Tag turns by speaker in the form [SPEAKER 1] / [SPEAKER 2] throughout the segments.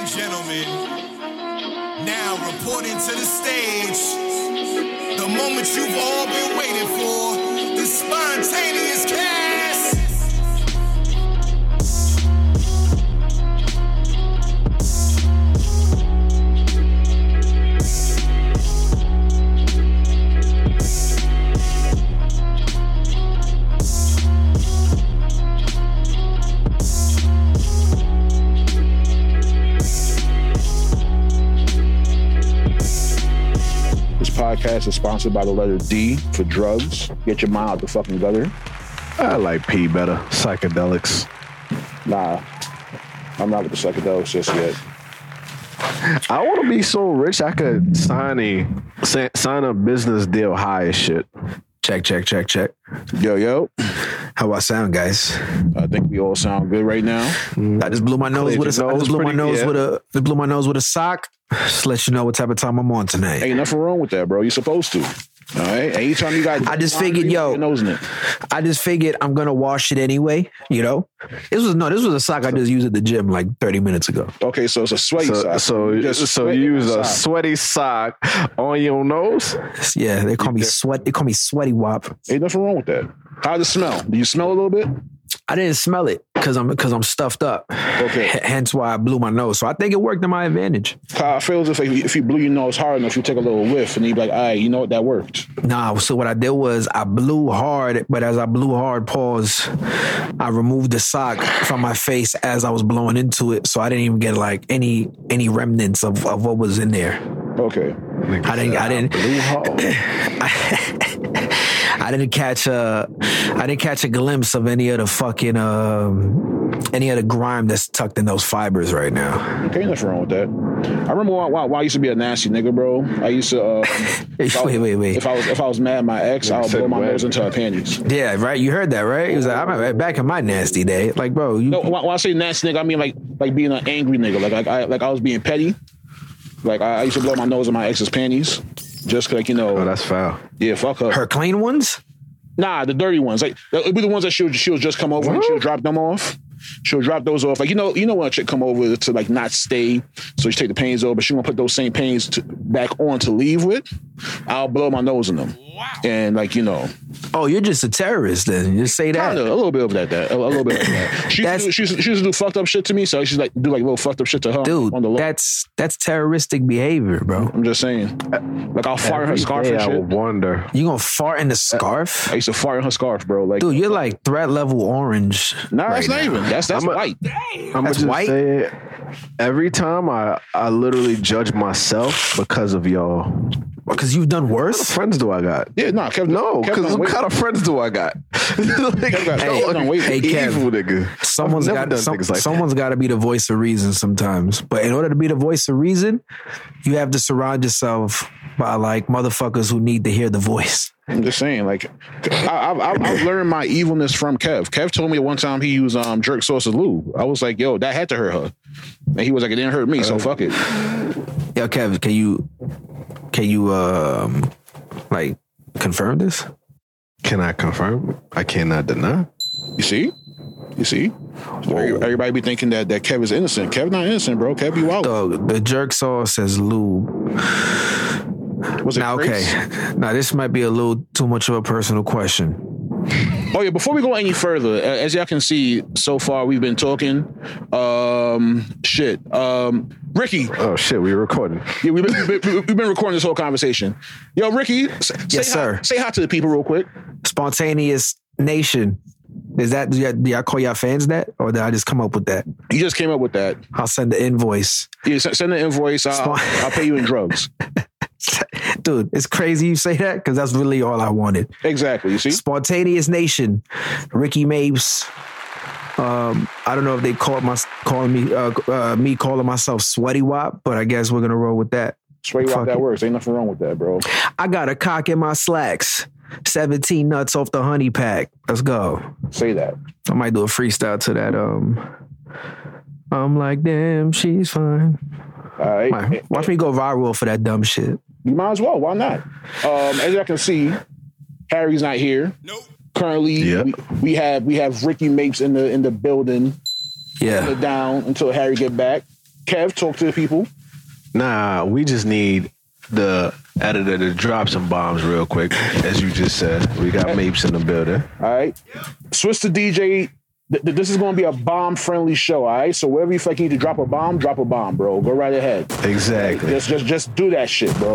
[SPEAKER 1] Music. Now reporting to the stage. The moment you've all been waiting for. The spontaneous cast.
[SPEAKER 2] This podcast is sponsored by the letter D for drugs. Get your mind out the fucking gutter.
[SPEAKER 3] I like P better. Psychedelics.
[SPEAKER 2] Nah, I'm not with the psychedelics just yet.
[SPEAKER 3] I want to be so rich I could sign a sa- sign a business deal high as shit.
[SPEAKER 4] Check, check, check, check.
[SPEAKER 2] Yo, yo,
[SPEAKER 4] How I sound, guys?
[SPEAKER 2] I think we all sound good right now.
[SPEAKER 4] I just blew my nose
[SPEAKER 3] Cleared
[SPEAKER 4] with a.
[SPEAKER 3] your
[SPEAKER 4] I
[SPEAKER 3] nose
[SPEAKER 4] just blew my
[SPEAKER 3] pretty-
[SPEAKER 4] nose
[SPEAKER 3] yeah.
[SPEAKER 4] with a. Just blew my nose with a sock. Just let you know what type of time I'm on tonight.
[SPEAKER 2] Ain't nothing wrong with that, bro. You're supposed to. All right. Anytime you got,
[SPEAKER 4] I just figured, yo.
[SPEAKER 2] Your nose in it.
[SPEAKER 4] I just figured I'm gonna wash it anyway. You know, this was no. This was a sock I just used at the gym like 30 minutes ago.
[SPEAKER 2] Okay, so it's a sweaty
[SPEAKER 3] So
[SPEAKER 2] sock.
[SPEAKER 3] so,
[SPEAKER 2] You just
[SPEAKER 3] so
[SPEAKER 2] sweating
[SPEAKER 3] you use a
[SPEAKER 2] outside.
[SPEAKER 3] sweaty sock on your nose.
[SPEAKER 4] Yeah, they call me sweat. They call me sweaty wop.
[SPEAKER 2] Ain't nothing wrong with that. How's it smell? Do you smell a little bit?
[SPEAKER 4] I didn't smell it because I'm because I'm stuffed up.
[SPEAKER 2] Okay.
[SPEAKER 4] H- hence why I blew my nose. So I think it worked to my advantage.
[SPEAKER 2] How it feels if, if you blew your nose hard enough, you take a little whiff, and you'd be like, all right, you know what? That worked.
[SPEAKER 4] Nah, so what I did was I blew hard, but as I blew hard, pause, I removed the sock from my face as I was blowing into it. So I didn't even get like any any remnants of, of what was in there.
[SPEAKER 2] Okay.
[SPEAKER 4] I didn't I didn't
[SPEAKER 2] Blew hard.
[SPEAKER 4] I didn't catch a I didn't catch a glimpse of any of the fucking um any of the grime that's tucked in those fibers right now.
[SPEAKER 2] Okay, nothing wrong with that. I remember why, why, why I used to be a nasty nigga, bro. I used to. Uh, if I-
[SPEAKER 4] Wait, wait, wait.
[SPEAKER 2] If I was if I was mad at my ex, I would
[SPEAKER 3] said
[SPEAKER 2] blow my
[SPEAKER 3] wet.
[SPEAKER 2] nose into her panties.
[SPEAKER 4] Yeah, right. You heard that, right? It was like, I remember back in my nasty day. Like, bro, you
[SPEAKER 2] No, when when I say nasty nigga, I mean like like being an angry nigga. Like like I like I was being petty. Like I, I used to blow my nose in my ex's panties, just like you know.
[SPEAKER 3] Oh, that's foul.
[SPEAKER 2] yeah, fuck her.
[SPEAKER 4] her clean ones?
[SPEAKER 2] Nah, the dirty ones. Like it'd be the ones that she'll she'll just come over and she'll drop them off. She'll drop those off. Like you know, you know when a chick come over to like not stay, so she take the pains over, but she gonna put those same pains to, back on to leave with. I'll blow my nose in them. Wow. And like you know,
[SPEAKER 4] Oh, you're just a terrorist then. Just say that.
[SPEAKER 2] kind of a little bit of that. That a, a little bit of that. She used,
[SPEAKER 4] That's-
[SPEAKER 2] to do, she, used to, she used to do fucked up shit to me, so she's like do like little fucked up shit to her
[SPEAKER 4] Dude,
[SPEAKER 2] on the low.
[SPEAKER 4] that's that's terroristic behavior, bro.
[SPEAKER 2] I'm just saying, like I'll fire her
[SPEAKER 3] Every
[SPEAKER 2] scarf
[SPEAKER 3] day
[SPEAKER 2] and
[SPEAKER 3] I
[SPEAKER 2] shit.
[SPEAKER 3] would wonder.
[SPEAKER 4] You gonna fart
[SPEAKER 3] Uh,
[SPEAKER 4] in the scarf?
[SPEAKER 2] I used to fire her scarf, bro. Like,
[SPEAKER 4] Dude, you're like threat level orange.
[SPEAKER 2] nah, that's
[SPEAKER 4] right
[SPEAKER 2] not even. That's that's
[SPEAKER 3] I'm a-
[SPEAKER 2] white.
[SPEAKER 3] I'm
[SPEAKER 4] That's
[SPEAKER 3] just
[SPEAKER 4] white?
[SPEAKER 3] Say, every time I I literally judge myself because of y'all.
[SPEAKER 4] Because you've done worse?
[SPEAKER 3] Friends, do I got?
[SPEAKER 2] yeah, nah, Kevin. Kevin
[SPEAKER 3] No, because
[SPEAKER 2] don't
[SPEAKER 3] what
[SPEAKER 2] wait-
[SPEAKER 3] kind of friends do I got? like,
[SPEAKER 2] Kev got-
[SPEAKER 3] no,
[SPEAKER 2] Kev done waited.
[SPEAKER 4] Hey, Kev.
[SPEAKER 3] evil nigga.
[SPEAKER 4] Someone's
[SPEAKER 3] I've never
[SPEAKER 4] got
[SPEAKER 3] done
[SPEAKER 4] some,
[SPEAKER 3] things like that.
[SPEAKER 4] someone's got to be the voice of reason sometimes. But in order to be the voice of reason, you have to surround yourself by like motherfuckers who need to hear the voice.
[SPEAKER 2] I'm just saying, like, I, I've, I've- I've learned my evilness from Kev. Kev told me one time he used um jerk sauce as lube. I was like, yo, that had to hurt her. And he was like, it didn't hurt me, so fuck it.
[SPEAKER 4] Yo, Kevin, can you can you um like confirm this?
[SPEAKER 3] Can I confirm? I cannot deny.
[SPEAKER 2] You see? You see? Everybody be thinking that that Kev is innocent. Kev not innocent, bro. Kev be wild.
[SPEAKER 4] Dog, the jerk sauce says lube.
[SPEAKER 2] Was it
[SPEAKER 4] Now,
[SPEAKER 2] Grace?
[SPEAKER 4] okay, now this might be a little too much of a personal question.
[SPEAKER 2] Oh yeah. Before we go any further, a- as y'all can see, so far we've been talking. Um, shit. Um, Ricky,
[SPEAKER 3] Oh shit, we recording.
[SPEAKER 2] yeah, we've been, we've been- we've been recording this whole conversation. Yo, Ricky, s- say
[SPEAKER 4] Yes,
[SPEAKER 2] hi-
[SPEAKER 4] sir.
[SPEAKER 2] Say hi to the people real quick.
[SPEAKER 4] Spontaneous nation. Is that do y'all, do y'all call y'all fans that, or did I just come up with that?
[SPEAKER 2] You just came up with that.
[SPEAKER 4] I'll send the invoice.
[SPEAKER 2] Yeah, s- send an invoice. I'll,
[SPEAKER 4] Smart.
[SPEAKER 2] I'll pay you in drugs.
[SPEAKER 4] Dude, it's crazy you say that because that's really all I wanted.
[SPEAKER 2] Exactly. You see?
[SPEAKER 4] Spontaneous Nation, Ricky Mapes. Um, I don't know if they called my calling me uh, uh, me calling myself Sweaty Wop, but I guess we're gonna roll with that.
[SPEAKER 2] Straight rock
[SPEAKER 4] Fuck
[SPEAKER 2] that
[SPEAKER 4] it.
[SPEAKER 2] works. Ain't nothing wrong with that, bro.
[SPEAKER 4] I got a cock in my slacks. 17 nuts off the honey pack. Let's go.
[SPEAKER 2] Say that.
[SPEAKER 4] I might do a freestyle to that. Um, I'm like, damn, she's fine.
[SPEAKER 2] All right.
[SPEAKER 4] Might- Watch me go viral for that dumb shit.
[SPEAKER 2] Eh, You might as well. Why not? Um, as y'all can see, Harry's not here.
[SPEAKER 1] Nope.
[SPEAKER 2] Currently,
[SPEAKER 3] Yeah.
[SPEAKER 2] we, we have we have Ricky Mapes in the in the building
[SPEAKER 4] Yeah.
[SPEAKER 2] down until Harry get back. Kev, talk to the people.
[SPEAKER 3] Nah, we just need the editor to drop some bombs real quick, as you just said. We got Mapes in the building.
[SPEAKER 2] All right. Swiss to DJ. th- th- This is going to be a bomb friendly show, all right? So, wherever you fucking need to drop a bomb, drop a bomb, bro. Go right ahead.
[SPEAKER 3] Exactly.
[SPEAKER 2] Just just, just do that shit, bro.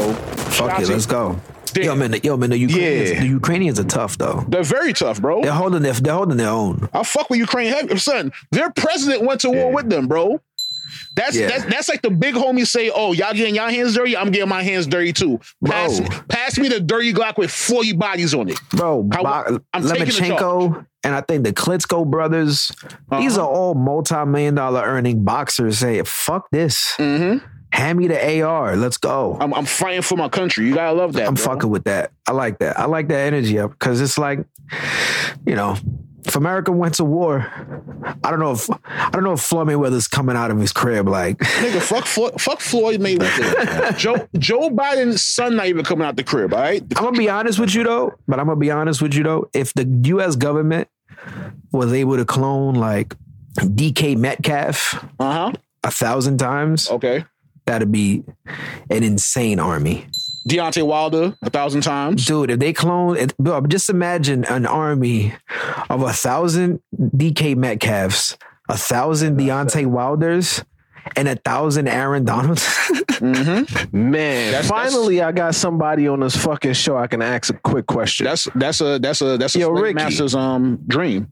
[SPEAKER 4] Fuck it, let's go. Yo, man, the- yo, man, the Ukrainians,
[SPEAKER 3] Yeah.
[SPEAKER 4] the Ukrainians are tough though.
[SPEAKER 2] They're very tough, bro.
[SPEAKER 4] They're holding their, they're holding their own.
[SPEAKER 2] I fuck with Ukraine heavy, son. Their president went to war with them, bro. That's,
[SPEAKER 4] Yeah.
[SPEAKER 2] that's that's like the big homie say, "Oh, y'all getting y'all hands dirty? I'm getting my hands dirty too. Pass,
[SPEAKER 4] Bro.
[SPEAKER 2] pass me the dirty Glock with 40 bodies on it.
[SPEAKER 4] Bro,
[SPEAKER 2] How-
[SPEAKER 4] Bo-
[SPEAKER 2] I'm taking the
[SPEAKER 4] Lemachenko and I think the Klitschko brothers,
[SPEAKER 2] Uh-huh.
[SPEAKER 4] these are all multi-million dollar earning boxers say, fuck this.
[SPEAKER 2] Mm-hmm.
[SPEAKER 4] Hand me the AR. Let's go.
[SPEAKER 2] I'm, I'm fighting for my country. You gotta love that.
[SPEAKER 4] I'm
[SPEAKER 2] bro.
[SPEAKER 4] fucking with that. I like that. I like that energy up because it's like, you know, if America went to war, I don't know if I don't know if Floyd Mayweather's coming out of his crib like
[SPEAKER 2] Nigga, fuck Floyd, fuck Floyd Mayweather. Joe Joe Biden's son not even coming out the crib. All right,
[SPEAKER 4] I'm gonna be honest with you though, but I'm gonna be honest with you though. If the U.S. government was able to clone like DK Metcalf
[SPEAKER 2] uh huh.
[SPEAKER 4] a thousand times,
[SPEAKER 2] Okay,
[SPEAKER 4] that'd be an insane army,
[SPEAKER 2] Deontay Wilder a thousand times.
[SPEAKER 4] dude. If they clone, it, bro, just imagine an army of a thousand DK Metcalfs, a thousand Deontay Wilders, and a thousand Aaron Donalds.
[SPEAKER 2] Mm-hmm.
[SPEAKER 3] Man,
[SPEAKER 2] That's-
[SPEAKER 3] finally I got somebody on this fucking show I can ask a quick question.
[SPEAKER 2] That's that's a that's a that's a
[SPEAKER 3] Yo,
[SPEAKER 2] slave
[SPEAKER 3] Ricky.
[SPEAKER 2] master's um dream.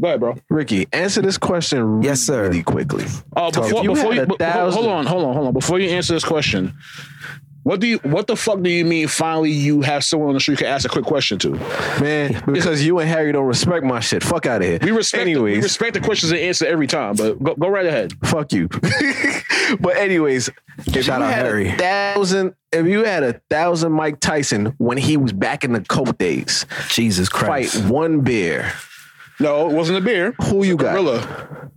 [SPEAKER 2] Go ahead, bro.
[SPEAKER 3] Ricky, answer this question
[SPEAKER 4] Yes, sir.
[SPEAKER 3] really quickly.
[SPEAKER 2] Uh, before
[SPEAKER 3] you
[SPEAKER 2] before
[SPEAKER 3] had
[SPEAKER 2] you,
[SPEAKER 3] a
[SPEAKER 2] but- but hold- hold
[SPEAKER 3] thousand-
[SPEAKER 2] on, hold on, hold on. Before you answer this question, what do you what the fuck do you mean? Finally, you have someone on the street you can ask a quick question to.
[SPEAKER 3] Man, because you and Harry don't respect my shit. Fuck out of here.
[SPEAKER 2] We respect the, we
[SPEAKER 3] Anyways.
[SPEAKER 2] respect the questions and answer every time, but go, go right ahead.
[SPEAKER 3] fuck you. but anyways, if
[SPEAKER 4] Shout
[SPEAKER 3] you
[SPEAKER 4] out
[SPEAKER 3] had
[SPEAKER 4] Harry.
[SPEAKER 3] a thousand, if you had a thousand Mike Tyson when he was back in the Colt days,
[SPEAKER 4] Jesus Christ!
[SPEAKER 3] fight one bear,
[SPEAKER 2] No, it wasn't a beer.
[SPEAKER 3] who you got?
[SPEAKER 2] Gorilla.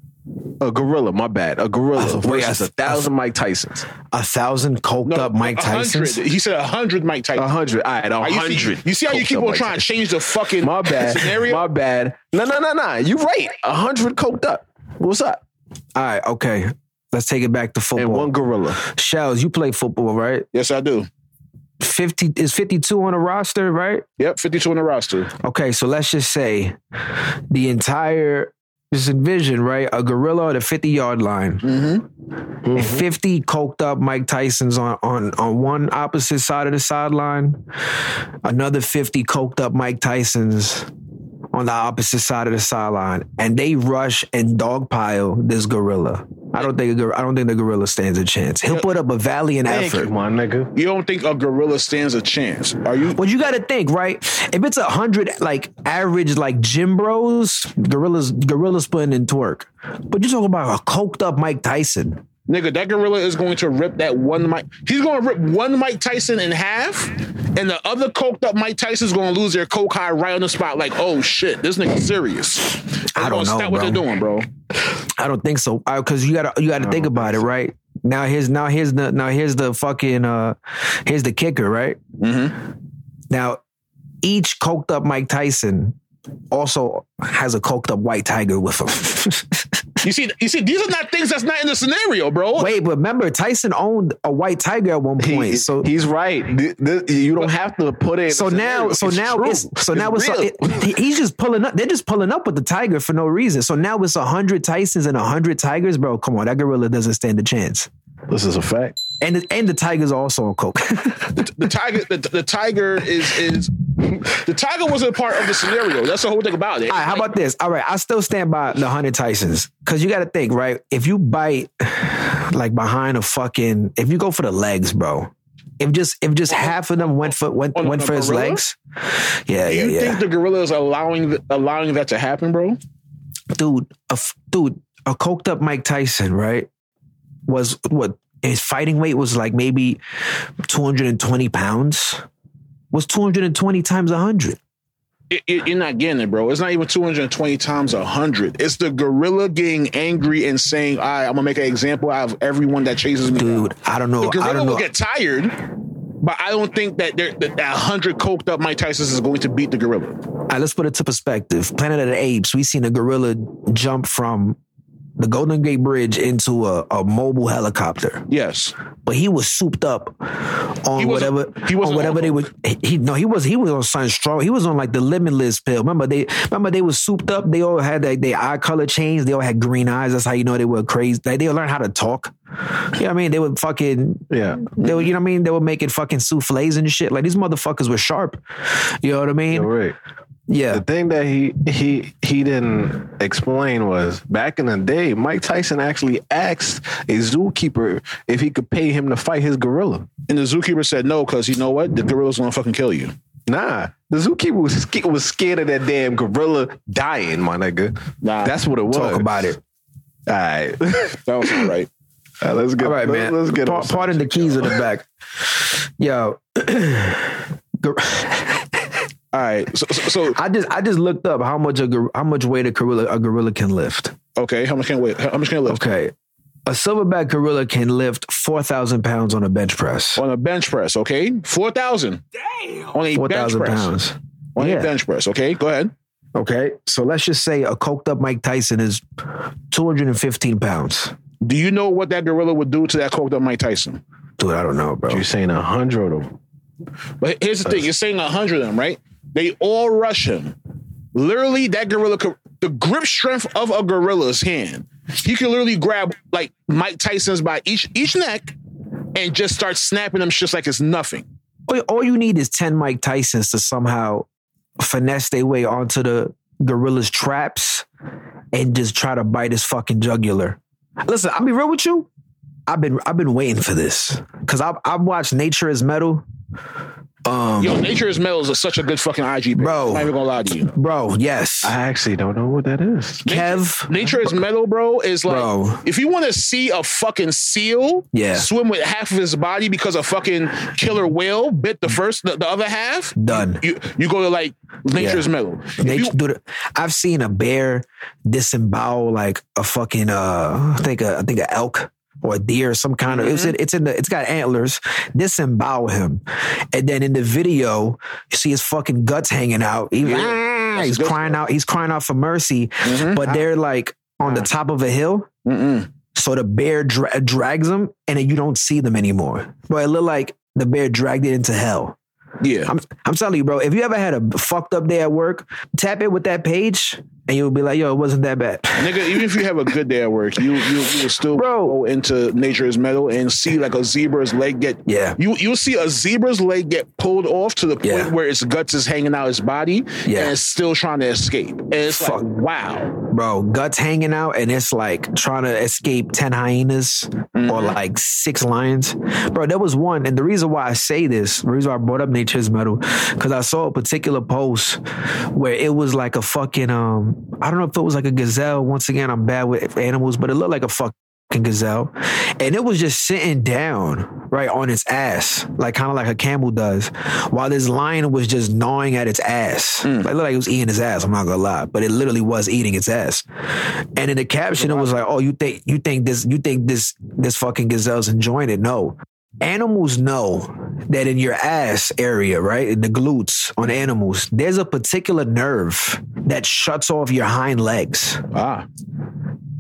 [SPEAKER 3] A gorilla. My bad. A gorilla
[SPEAKER 4] Oh, wait,
[SPEAKER 3] versus
[SPEAKER 4] I-
[SPEAKER 3] a thousand Mike Tysons.
[SPEAKER 4] A thousand coked
[SPEAKER 2] No,
[SPEAKER 4] up Mike
[SPEAKER 2] a hundred.
[SPEAKER 4] Tysons.
[SPEAKER 2] He said a hundred Mike Tyson.
[SPEAKER 3] A hundred. All right, a
[SPEAKER 2] All right, you see-
[SPEAKER 3] hundred.
[SPEAKER 2] You see how you
[SPEAKER 3] Coked
[SPEAKER 2] keep
[SPEAKER 3] up
[SPEAKER 2] on
[SPEAKER 3] Mike
[SPEAKER 2] trying to
[SPEAKER 3] Tyson.
[SPEAKER 2] change the fucking
[SPEAKER 3] My bad.
[SPEAKER 2] scenario?
[SPEAKER 3] My bad. No, no, no, no. You right. A hundred coked up. What's up?
[SPEAKER 4] All right, okay. Let's take it back to football.
[SPEAKER 3] And one gorilla.
[SPEAKER 4] Shells, you play football, right?
[SPEAKER 2] yes, I do.
[SPEAKER 4] 50 is 52 on the roster, right?
[SPEAKER 2] Yep, 52 on the roster.
[SPEAKER 4] Okay, so let's just say the entire just envision, right? A gorilla at the 50 yard line.
[SPEAKER 2] Mm-hmm.
[SPEAKER 4] And 50 coked up Mike Tyson's on, on, on one opposite side of the sideline. Another 50 coked up Mike Tyson's on the opposite side of the sideline. And they rush and dogpile this gorilla. I don't think a gor- I don't think the gorilla stands a chance. He'll put up a valiant effort.
[SPEAKER 3] my nigga.
[SPEAKER 2] You don't think a gorilla stands a chance? Are you?
[SPEAKER 4] Well, you got to think, right? If it's a hundred like average like gym bros, gorillas, gorillas putting in twerk, but you're talking about a coked up Mike Tyson.
[SPEAKER 2] Nigga, that gorilla is going to rip that one Mike. He's going to rip one Mike Tyson in half, and the other coked up Mike Tyson's going to lose their coke high right on the spot. Like, oh shit, this nigga's serious.
[SPEAKER 4] I
[SPEAKER 2] They're
[SPEAKER 4] don't
[SPEAKER 2] gonna
[SPEAKER 4] know,
[SPEAKER 2] Stop what they're
[SPEAKER 4] bro.
[SPEAKER 2] doing, bro.
[SPEAKER 4] I don't think so, because you got to you got to think about it, right? Now here's now here's the now here's the fucking uh here's the kicker, right?
[SPEAKER 2] Mm-hmm.
[SPEAKER 4] Now each coked up Mike Tyson also has a coked up white tiger with him.
[SPEAKER 2] You see, you see, these are not things that's not in the scenario, bro.
[SPEAKER 4] Wait, but remember Tyson owned a white tiger at one point,
[SPEAKER 3] He,
[SPEAKER 4] so
[SPEAKER 3] he's right. Th- th- you don't have to put it. in
[SPEAKER 4] So
[SPEAKER 3] the
[SPEAKER 4] now,
[SPEAKER 3] scenario.
[SPEAKER 4] so
[SPEAKER 3] It's
[SPEAKER 4] now
[SPEAKER 3] true.
[SPEAKER 4] it's so now it's,
[SPEAKER 3] real.
[SPEAKER 4] it- he- he's just pulling up. They're just pulling up with the tiger for no reason. So now it's hundred Tysons and hundred tigers, bro. Come on, that gorilla doesn't stand a chance.
[SPEAKER 3] this is a fact.
[SPEAKER 4] And and the tigers are also on coke.
[SPEAKER 2] the tiger, the, the tiger is is the tiger wasn't a part of the scenario. That's the whole thing about it.
[SPEAKER 4] All right, how about this? All right, I still stand by the hundred Tysons because you got to think, right? If you bite like behind a fucking, if you go for the legs, bro. If just if just half of them went for went
[SPEAKER 2] On a
[SPEAKER 4] went for his
[SPEAKER 2] gorilla?
[SPEAKER 4] legs, yeah,
[SPEAKER 2] Do
[SPEAKER 4] yeah,
[SPEAKER 2] you
[SPEAKER 4] yeah.
[SPEAKER 2] think the gorilla is allowing allowing that to happen, bro?
[SPEAKER 4] dude, a f- dude, a coked up Mike Tyson, right? Was what his fighting weight was like maybe 220 pounds. Was 220 times 100.
[SPEAKER 2] It, it, you're not getting it, bro. It's not even 220 times 100. It's the gorilla getting angry and saying, "All right, I'm gonna make an example out of everyone that chases me." down."
[SPEAKER 4] Dude, I don't know.
[SPEAKER 2] the
[SPEAKER 4] I
[SPEAKER 2] gorilla
[SPEAKER 4] don't know.
[SPEAKER 2] will get tired, but I don't think that there, that, that 100 coked up Mike Tyson is going to beat the gorilla.
[SPEAKER 4] All right, let's put it to perspective. Planet of the Apes, we seen a gorilla jump from the Golden Gate Bridge into a, a mobile helicopter,
[SPEAKER 2] Yes.
[SPEAKER 4] but he was souped up on
[SPEAKER 2] He wasn't-
[SPEAKER 4] whatever
[SPEAKER 2] he
[SPEAKER 4] on
[SPEAKER 2] wasn't
[SPEAKER 4] whatever
[SPEAKER 2] on
[SPEAKER 4] they
[SPEAKER 2] coke.
[SPEAKER 4] was. He, he- no, he was he was on something strong. He was on like the limitless pill. Remember they remember they was souped up. They all had like their eye color changed. They all had green eyes. That's how you know they were crazy. Like, they learned how to talk. You know what I mean? They were fucking
[SPEAKER 3] Yeah.
[SPEAKER 4] they were, you know what I mean? They were making fucking souffles and shit. Like these motherfuckers were sharp. You know what I
[SPEAKER 3] You're
[SPEAKER 4] mean?
[SPEAKER 3] right.
[SPEAKER 4] Yeah.
[SPEAKER 3] The thing that he he he didn't explain was back in the day, Mike Tyson actually asked a zookeeper if he could pay him to fight his gorilla.
[SPEAKER 2] And the zookeeper said no because you know what? The gorilla's gonna fucking kill you.
[SPEAKER 3] Nah, the zookeeper was, sca- was scared of that damn gorilla dying, my nigga.
[SPEAKER 2] Nah,
[SPEAKER 3] That's what it was.
[SPEAKER 4] Uh, Talk about it.
[SPEAKER 3] All right, All
[SPEAKER 2] that was not right.
[SPEAKER 3] right let's get.
[SPEAKER 4] All right,
[SPEAKER 3] let's,
[SPEAKER 4] man.
[SPEAKER 3] Let's get.
[SPEAKER 4] Pa-
[SPEAKER 3] on
[SPEAKER 4] pardon the keys of the back. Yo. Gor-
[SPEAKER 2] All right. So, so, so
[SPEAKER 4] I just I just looked up how much a gor- how much weight a gorilla a gorilla can lift.
[SPEAKER 2] okay, how much can I wait? How much can I lift
[SPEAKER 4] Okay. A silverback gorilla can lift 4,000 pounds on a bench press.
[SPEAKER 2] on a bench press? Okay, four thousand. Damn. On a bench
[SPEAKER 4] 4,000
[SPEAKER 2] press.
[SPEAKER 4] pounds.
[SPEAKER 2] On
[SPEAKER 4] Yeah.
[SPEAKER 2] a bench press. Okay, go ahead.
[SPEAKER 4] Okay. So let's just say a coked up Mike Tyson is 215 pounds.
[SPEAKER 2] Do you know what that gorilla would do to that coked up Mike Tyson?
[SPEAKER 4] Dude, I don't know, bro.
[SPEAKER 3] You're saying a hundred of them.
[SPEAKER 2] But here's the thing: you're saying a hundred of them, right? They all rush him. Literally, that gorilla, could, the grip strength of a gorilla's hand, he can literally grab like Mike Tyson's by each each neck and just start snapping them shits like it's nothing.
[SPEAKER 4] all, all you need is 10 Mike Tysons to somehow finesse their way onto the gorilla's traps and just try to bite his fucking jugular. Listen, I'll be real with you. I've been I've been waiting for this because I've I've watched Nature is Metal. Um,
[SPEAKER 2] Yo, Nature is Metal is such a good fucking IG page.
[SPEAKER 4] Bro.
[SPEAKER 2] I'm not even gonna lie to you.
[SPEAKER 4] bro, yes,
[SPEAKER 3] I actually don't know what that is.
[SPEAKER 4] Kev,
[SPEAKER 2] Nature is Metal, bro, is like
[SPEAKER 4] bro,
[SPEAKER 2] if you want to see a fucking seal
[SPEAKER 4] Yeah.
[SPEAKER 2] swim with half of his body because a fucking killer whale bit the first the, the other half,
[SPEAKER 4] done.
[SPEAKER 2] you you go to like Nature
[SPEAKER 4] Yeah.
[SPEAKER 2] is Metal. If
[SPEAKER 4] Nature,
[SPEAKER 2] you-
[SPEAKER 4] dude, I've seen a bear disembowel like a fucking uh, I think a, I think a elk or a deer, some kind of it's
[SPEAKER 2] Mm-hmm.
[SPEAKER 4] in, it's in the it's got antlers. Disembowel him, and then in the video you see his fucking guts hanging out. He-
[SPEAKER 2] Yeah.
[SPEAKER 4] ah,
[SPEAKER 2] That's
[SPEAKER 4] he's
[SPEAKER 2] a good
[SPEAKER 4] crying out. He's crying out for mercy,
[SPEAKER 2] Mhm.
[SPEAKER 4] but they're like on
[SPEAKER 2] Uh-huh.
[SPEAKER 4] the top of a hill.
[SPEAKER 2] Mm-mm.
[SPEAKER 4] So the bear dra- drags them, and then you don't see them anymore. But it looked like the bear dragged it into hell.
[SPEAKER 2] Yeah.
[SPEAKER 4] I'm I'm telling you, bro. If you ever had a fucked up day at work, tap it with that page, and you'll be like, "Yo, it wasn't that bad."
[SPEAKER 2] Nigga, even if you have a good day at work, you you, you will still
[SPEAKER 4] Bro.
[SPEAKER 2] go into nature is metal and see like a zebra's leg get
[SPEAKER 4] Yeah,
[SPEAKER 2] you you'll see a zebra's leg get pulled off to the point
[SPEAKER 4] Yeah.
[SPEAKER 2] where its guts is hanging out its body
[SPEAKER 4] Yeah.
[SPEAKER 2] and it's still trying to escape. And it's
[SPEAKER 4] Fuck.
[SPEAKER 2] like, wow.
[SPEAKER 4] bro. Guts hanging out, and it's like trying to escape ten hyenas or like six lions, bro. There was one, and the reason why I say this, the reason why I brought up Nature's Metal, because I saw a particular post where it was like a fucking um, I don't know if it was like a gazelle. Once again, I'm bad with animals, but it looked like a fuck. fucking gazelle and it was just sitting down right on its ass like kind of like a camel does while this lion was just gnawing at its ass like looked like it was eating his ass i'm not gonna lie but it literally was eating its ass and in the caption it was like oh you think you think this you think this this fucking gazelle's enjoying it no animals know that in your ass area, right, in the glutes on animals, there's a particular nerve that shuts off your hind legs.
[SPEAKER 2] Ah.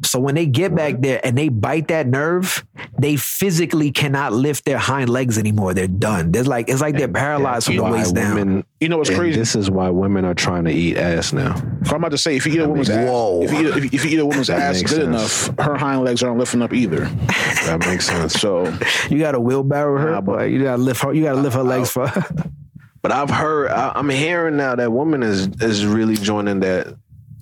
[SPEAKER 4] So when they get back there and they bite that nerve, they physically cannot lift their hind legs anymore. They're done. There's like it's like they're paralyzed from the
[SPEAKER 3] Why
[SPEAKER 4] waist down.
[SPEAKER 3] women-
[SPEAKER 2] You know what's
[SPEAKER 3] and
[SPEAKER 2] crazy?
[SPEAKER 3] This is why women are trying to eat ass now.
[SPEAKER 2] I'm about to say if you eat a woman's
[SPEAKER 4] whoa.
[SPEAKER 2] ass, if you eat, if, if you eat a woman's
[SPEAKER 3] That
[SPEAKER 2] ass
[SPEAKER 3] makes
[SPEAKER 2] good
[SPEAKER 3] sense.
[SPEAKER 2] enough, her hind legs aren't lifting up either.
[SPEAKER 3] That makes sense.
[SPEAKER 2] So
[SPEAKER 4] You got to wheelbarrow her,
[SPEAKER 3] Nah, but-
[SPEAKER 4] but you got to lift her. You got to lift her legs for.
[SPEAKER 3] But I've heard, I, I'm hearing now that women is is really joining that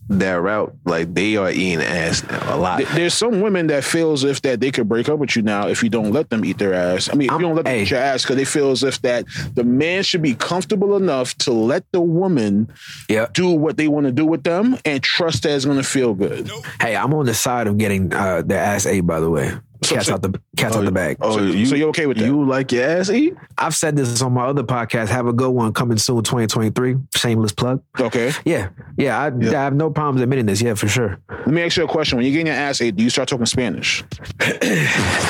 [SPEAKER 3] that route. Like they are eating ass now a lot.
[SPEAKER 2] th- there's some women that feel as if that they could break up with you now if you don't let them eat their ass. I mean, if
[SPEAKER 4] I'm-
[SPEAKER 2] you don't let them
[SPEAKER 4] hey.
[SPEAKER 2] eat your ass, because they feel as if that the man should be comfortable enough to let the woman
[SPEAKER 4] Yep.
[SPEAKER 2] do what they want to do with them and trust that it's going to feel good.
[SPEAKER 4] Hey, I'm on the side of getting uh, their ass ate. By the way, Cats out the cats out the bag.
[SPEAKER 3] Oh,
[SPEAKER 2] So-
[SPEAKER 3] you,
[SPEAKER 2] so you okay with that?
[SPEAKER 3] You like your ass eat?
[SPEAKER 4] I've said this on my other podcast. Have a good one coming soon, 2023. Shameless plug.
[SPEAKER 2] Okay.
[SPEAKER 4] Yeah, yeah. I,
[SPEAKER 3] Yeah.
[SPEAKER 4] I have no problems admitting this. Yeah, for sure.
[SPEAKER 2] Let me ask you a question. When you're getting your ass ate, do you start talking Spanish?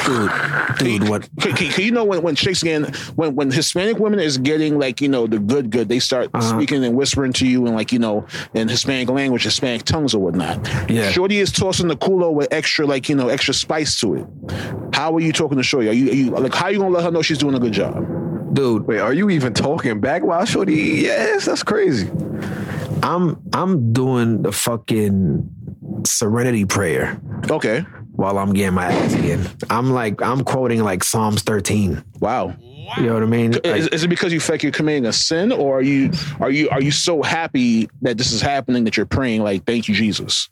[SPEAKER 4] Dude, dude, what?
[SPEAKER 2] Can, can- can you know when when chicks getting when when Hispanic women is getting like you know the good good, they start
[SPEAKER 4] Uh-huh.
[SPEAKER 2] speaking and whispering to you and like you know in Hispanic language, Hispanic tongues or whatnot.
[SPEAKER 4] Yeah.
[SPEAKER 2] Shorty is tossing the culo with extra like you know extra spice to it. How are you talking to Shorty? Are you, are you like how you gonna let her know she's doing a good job?
[SPEAKER 4] Dude,
[SPEAKER 3] Wait, are you even talking back while shorty eat your ass? That's crazy.
[SPEAKER 4] I'm I'm doing the fucking serenity prayer
[SPEAKER 2] Okay.
[SPEAKER 4] while I'm getting my ass in. I'm like I'm quoting like Psalms 13.
[SPEAKER 2] Wow.
[SPEAKER 4] You know what I mean? Like,
[SPEAKER 2] Is, is it because you feel like you're committing a sin, or are you are you are you so happy that this is happening that you're praying like thank you Jesus?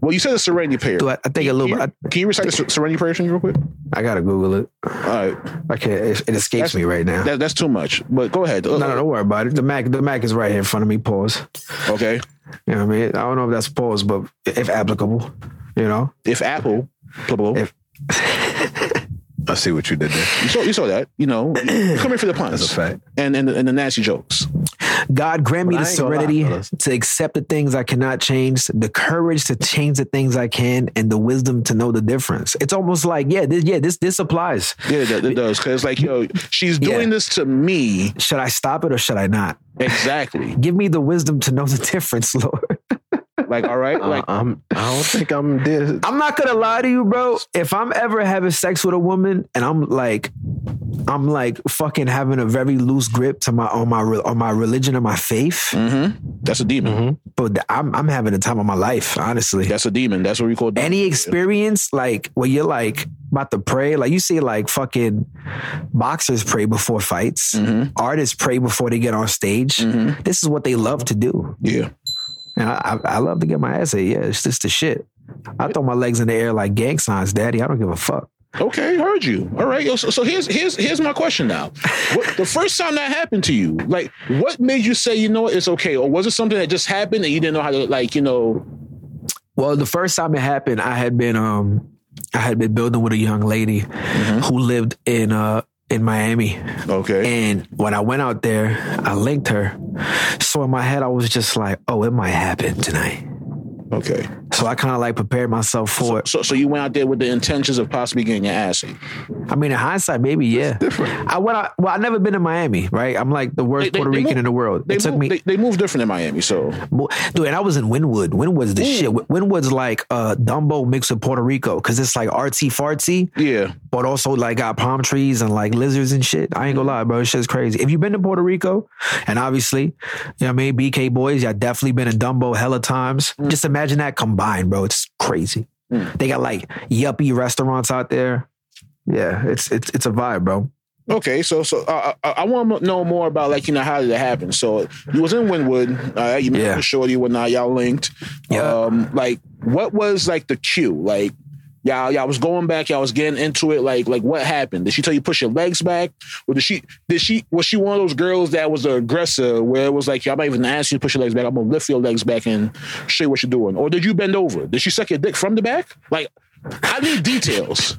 [SPEAKER 2] Well, you said the Serenity Prayer.
[SPEAKER 4] dude, I, I think a little.
[SPEAKER 2] Can
[SPEAKER 4] bit.
[SPEAKER 2] you,
[SPEAKER 4] I,
[SPEAKER 2] can you recite the Ser- Serenity Prayer to me real quick?
[SPEAKER 4] I gotta Google it.
[SPEAKER 2] All right,
[SPEAKER 4] I can't. It, it escapes
[SPEAKER 2] That's-
[SPEAKER 4] me right now.
[SPEAKER 2] that, that's too much. But go ahead.
[SPEAKER 4] No, no, don't worry about it. The Mac, the Mac is right here in front of me. Pause.
[SPEAKER 2] Uh, Okay.
[SPEAKER 4] You know what I mean? I don't know if that's pause, but if applicable, you know.
[SPEAKER 2] If Apple, blah, blah, blah.
[SPEAKER 4] If-
[SPEAKER 3] I see what you did there.
[SPEAKER 2] you saw you saw that, you know, you're coming for the puns.
[SPEAKER 3] That's a fact.
[SPEAKER 2] And and the, and the nasty jokes.
[SPEAKER 4] God grant me
[SPEAKER 3] But
[SPEAKER 4] the
[SPEAKER 3] I ain't gonna
[SPEAKER 4] serenity
[SPEAKER 3] lie, fellas.
[SPEAKER 4] to accept the things I cannot change, the courage to change the things I can, and the wisdom to know the difference. It's almost like, yeah, this, yeah, this this applies.
[SPEAKER 2] Yeah, that, that does. Cause like, yo, she's doing
[SPEAKER 4] Yeah.
[SPEAKER 2] this to me.
[SPEAKER 4] Should I stop it or should I not?
[SPEAKER 2] Exactly.
[SPEAKER 4] Give me the wisdom to know the difference, Lord.
[SPEAKER 2] like, all right,
[SPEAKER 4] Uh-huh.
[SPEAKER 3] I
[SPEAKER 2] like
[SPEAKER 3] I'm. I don't think I'm this.
[SPEAKER 4] I'm not gonna lie to you, bro. If I'm ever having sex with a woman and I'm like, I'm like fucking having a very loose grip to my on my re- on my religion and my faith,
[SPEAKER 2] mhm. that's a demon.
[SPEAKER 4] but I'm I'm having the time of my life, honestly.
[SPEAKER 2] That's a demon. That's what we call demon.
[SPEAKER 4] any experience like where you're like about to pray, like you see like fucking boxers pray before fights,
[SPEAKER 2] Mhm.
[SPEAKER 4] artists pray before they get on stage.
[SPEAKER 2] Mhm.
[SPEAKER 4] This is what they love to do,
[SPEAKER 2] Yeah.
[SPEAKER 4] and I, I, I love to get my ass ate. Yeah, it's just the shit. I throw my legs in the air like gang signs, daddy. I don't give a fuck.
[SPEAKER 2] Okay, heard you. All right. yo, So, so here's here's here's my question now. What, the first time that happened to you, like, what made you say, you know, what, it's okay, or was it something that just happened and you didn't know how to, like, you know,
[SPEAKER 4] Well, the first time it happened, I had been um I had been building with a young lady who lived in uh in Miami.
[SPEAKER 2] okay,
[SPEAKER 4] And when I went out there, I linked her. So in my head, I was just like, oh, it might happen tonight.
[SPEAKER 2] okay.
[SPEAKER 4] So I kind of like prepared myself for it.
[SPEAKER 2] So, so you went out there with the intentions of possibly getting your ass ate.
[SPEAKER 4] I mean, in hindsight, maybe, yeah.
[SPEAKER 3] different.
[SPEAKER 4] I went out, well, I've never been to Miami, right? I'm like the worst
[SPEAKER 2] They- they-
[SPEAKER 4] Puerto
[SPEAKER 2] they
[SPEAKER 4] Rican
[SPEAKER 2] move-
[SPEAKER 4] in the world.
[SPEAKER 2] They
[SPEAKER 4] it took
[SPEAKER 2] move,
[SPEAKER 4] me,
[SPEAKER 2] They, they move different in Miami, so
[SPEAKER 4] mo- dude, and I was in Wynwood. Wynwood's the shit. Wynwood's like uh, Dumbo mixed with Puerto Rico because it's like artsy fartsy,
[SPEAKER 2] yeah.
[SPEAKER 4] but also like got palm trees and like lizards and shit. I ain't gonna lie, bro. This Shit's crazy. If you've been to Puerto Rico, and obviously, you know what I mean, BK boys, y'all definitely been in Dumbo hella times.
[SPEAKER 3] Mm.
[SPEAKER 4] Just imagine that combined, bro. It's crazy. They got like yuppie restaurants out there. Yeah, it's it's it's a vibe, bro.
[SPEAKER 2] Okay, so so uh, I, I want to know more about like you know how did it happen. So you was in Winwood, all right, you met
[SPEAKER 4] Yeah.
[SPEAKER 2] with Shorty, whatnot, y'all linked.
[SPEAKER 4] Yeah.
[SPEAKER 2] Um, like what was like the cue? Like y'all y'all was going back, y'all was getting into it. Like like what happened? Did she tell you push your legs back, or did she did she was she one of those girls that was the aggressor where it was like y'all might even ask you to push your legs back? I'm gonna lift your legs back and show you what you're doing. Or did you bend over? Did she suck your dick from the back? Like I need details.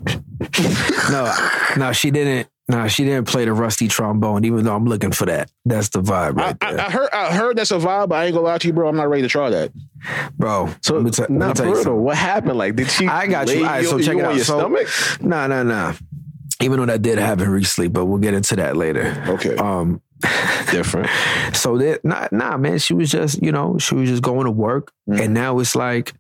[SPEAKER 4] No, no, she didn't. No, she didn't play the rusty trombone, even though I'm looking for that. That's the vibe
[SPEAKER 2] I,
[SPEAKER 4] right
[SPEAKER 2] I,
[SPEAKER 4] there,
[SPEAKER 2] I heard I heard that's a vibe, but I ain't gonna lie to you, bro. I'm not ready to try that.
[SPEAKER 4] bro. So let me, ta- let me
[SPEAKER 3] Not
[SPEAKER 4] tell you
[SPEAKER 3] brutal.
[SPEAKER 4] something.
[SPEAKER 3] What happened? Like, did she?
[SPEAKER 4] I got you.
[SPEAKER 3] lay
[SPEAKER 4] All right, so
[SPEAKER 3] you
[SPEAKER 4] check it
[SPEAKER 3] on
[SPEAKER 4] out.
[SPEAKER 3] Your
[SPEAKER 4] So-
[SPEAKER 3] stomach.
[SPEAKER 4] Nah, nah, nah. Even though that did happen recently, but we'll get into that later.
[SPEAKER 2] Okay.
[SPEAKER 4] Um,
[SPEAKER 3] Different.
[SPEAKER 4] so that nah, nah, man, she was just you know she was just going to work,
[SPEAKER 2] Mm.
[SPEAKER 4] and now it's like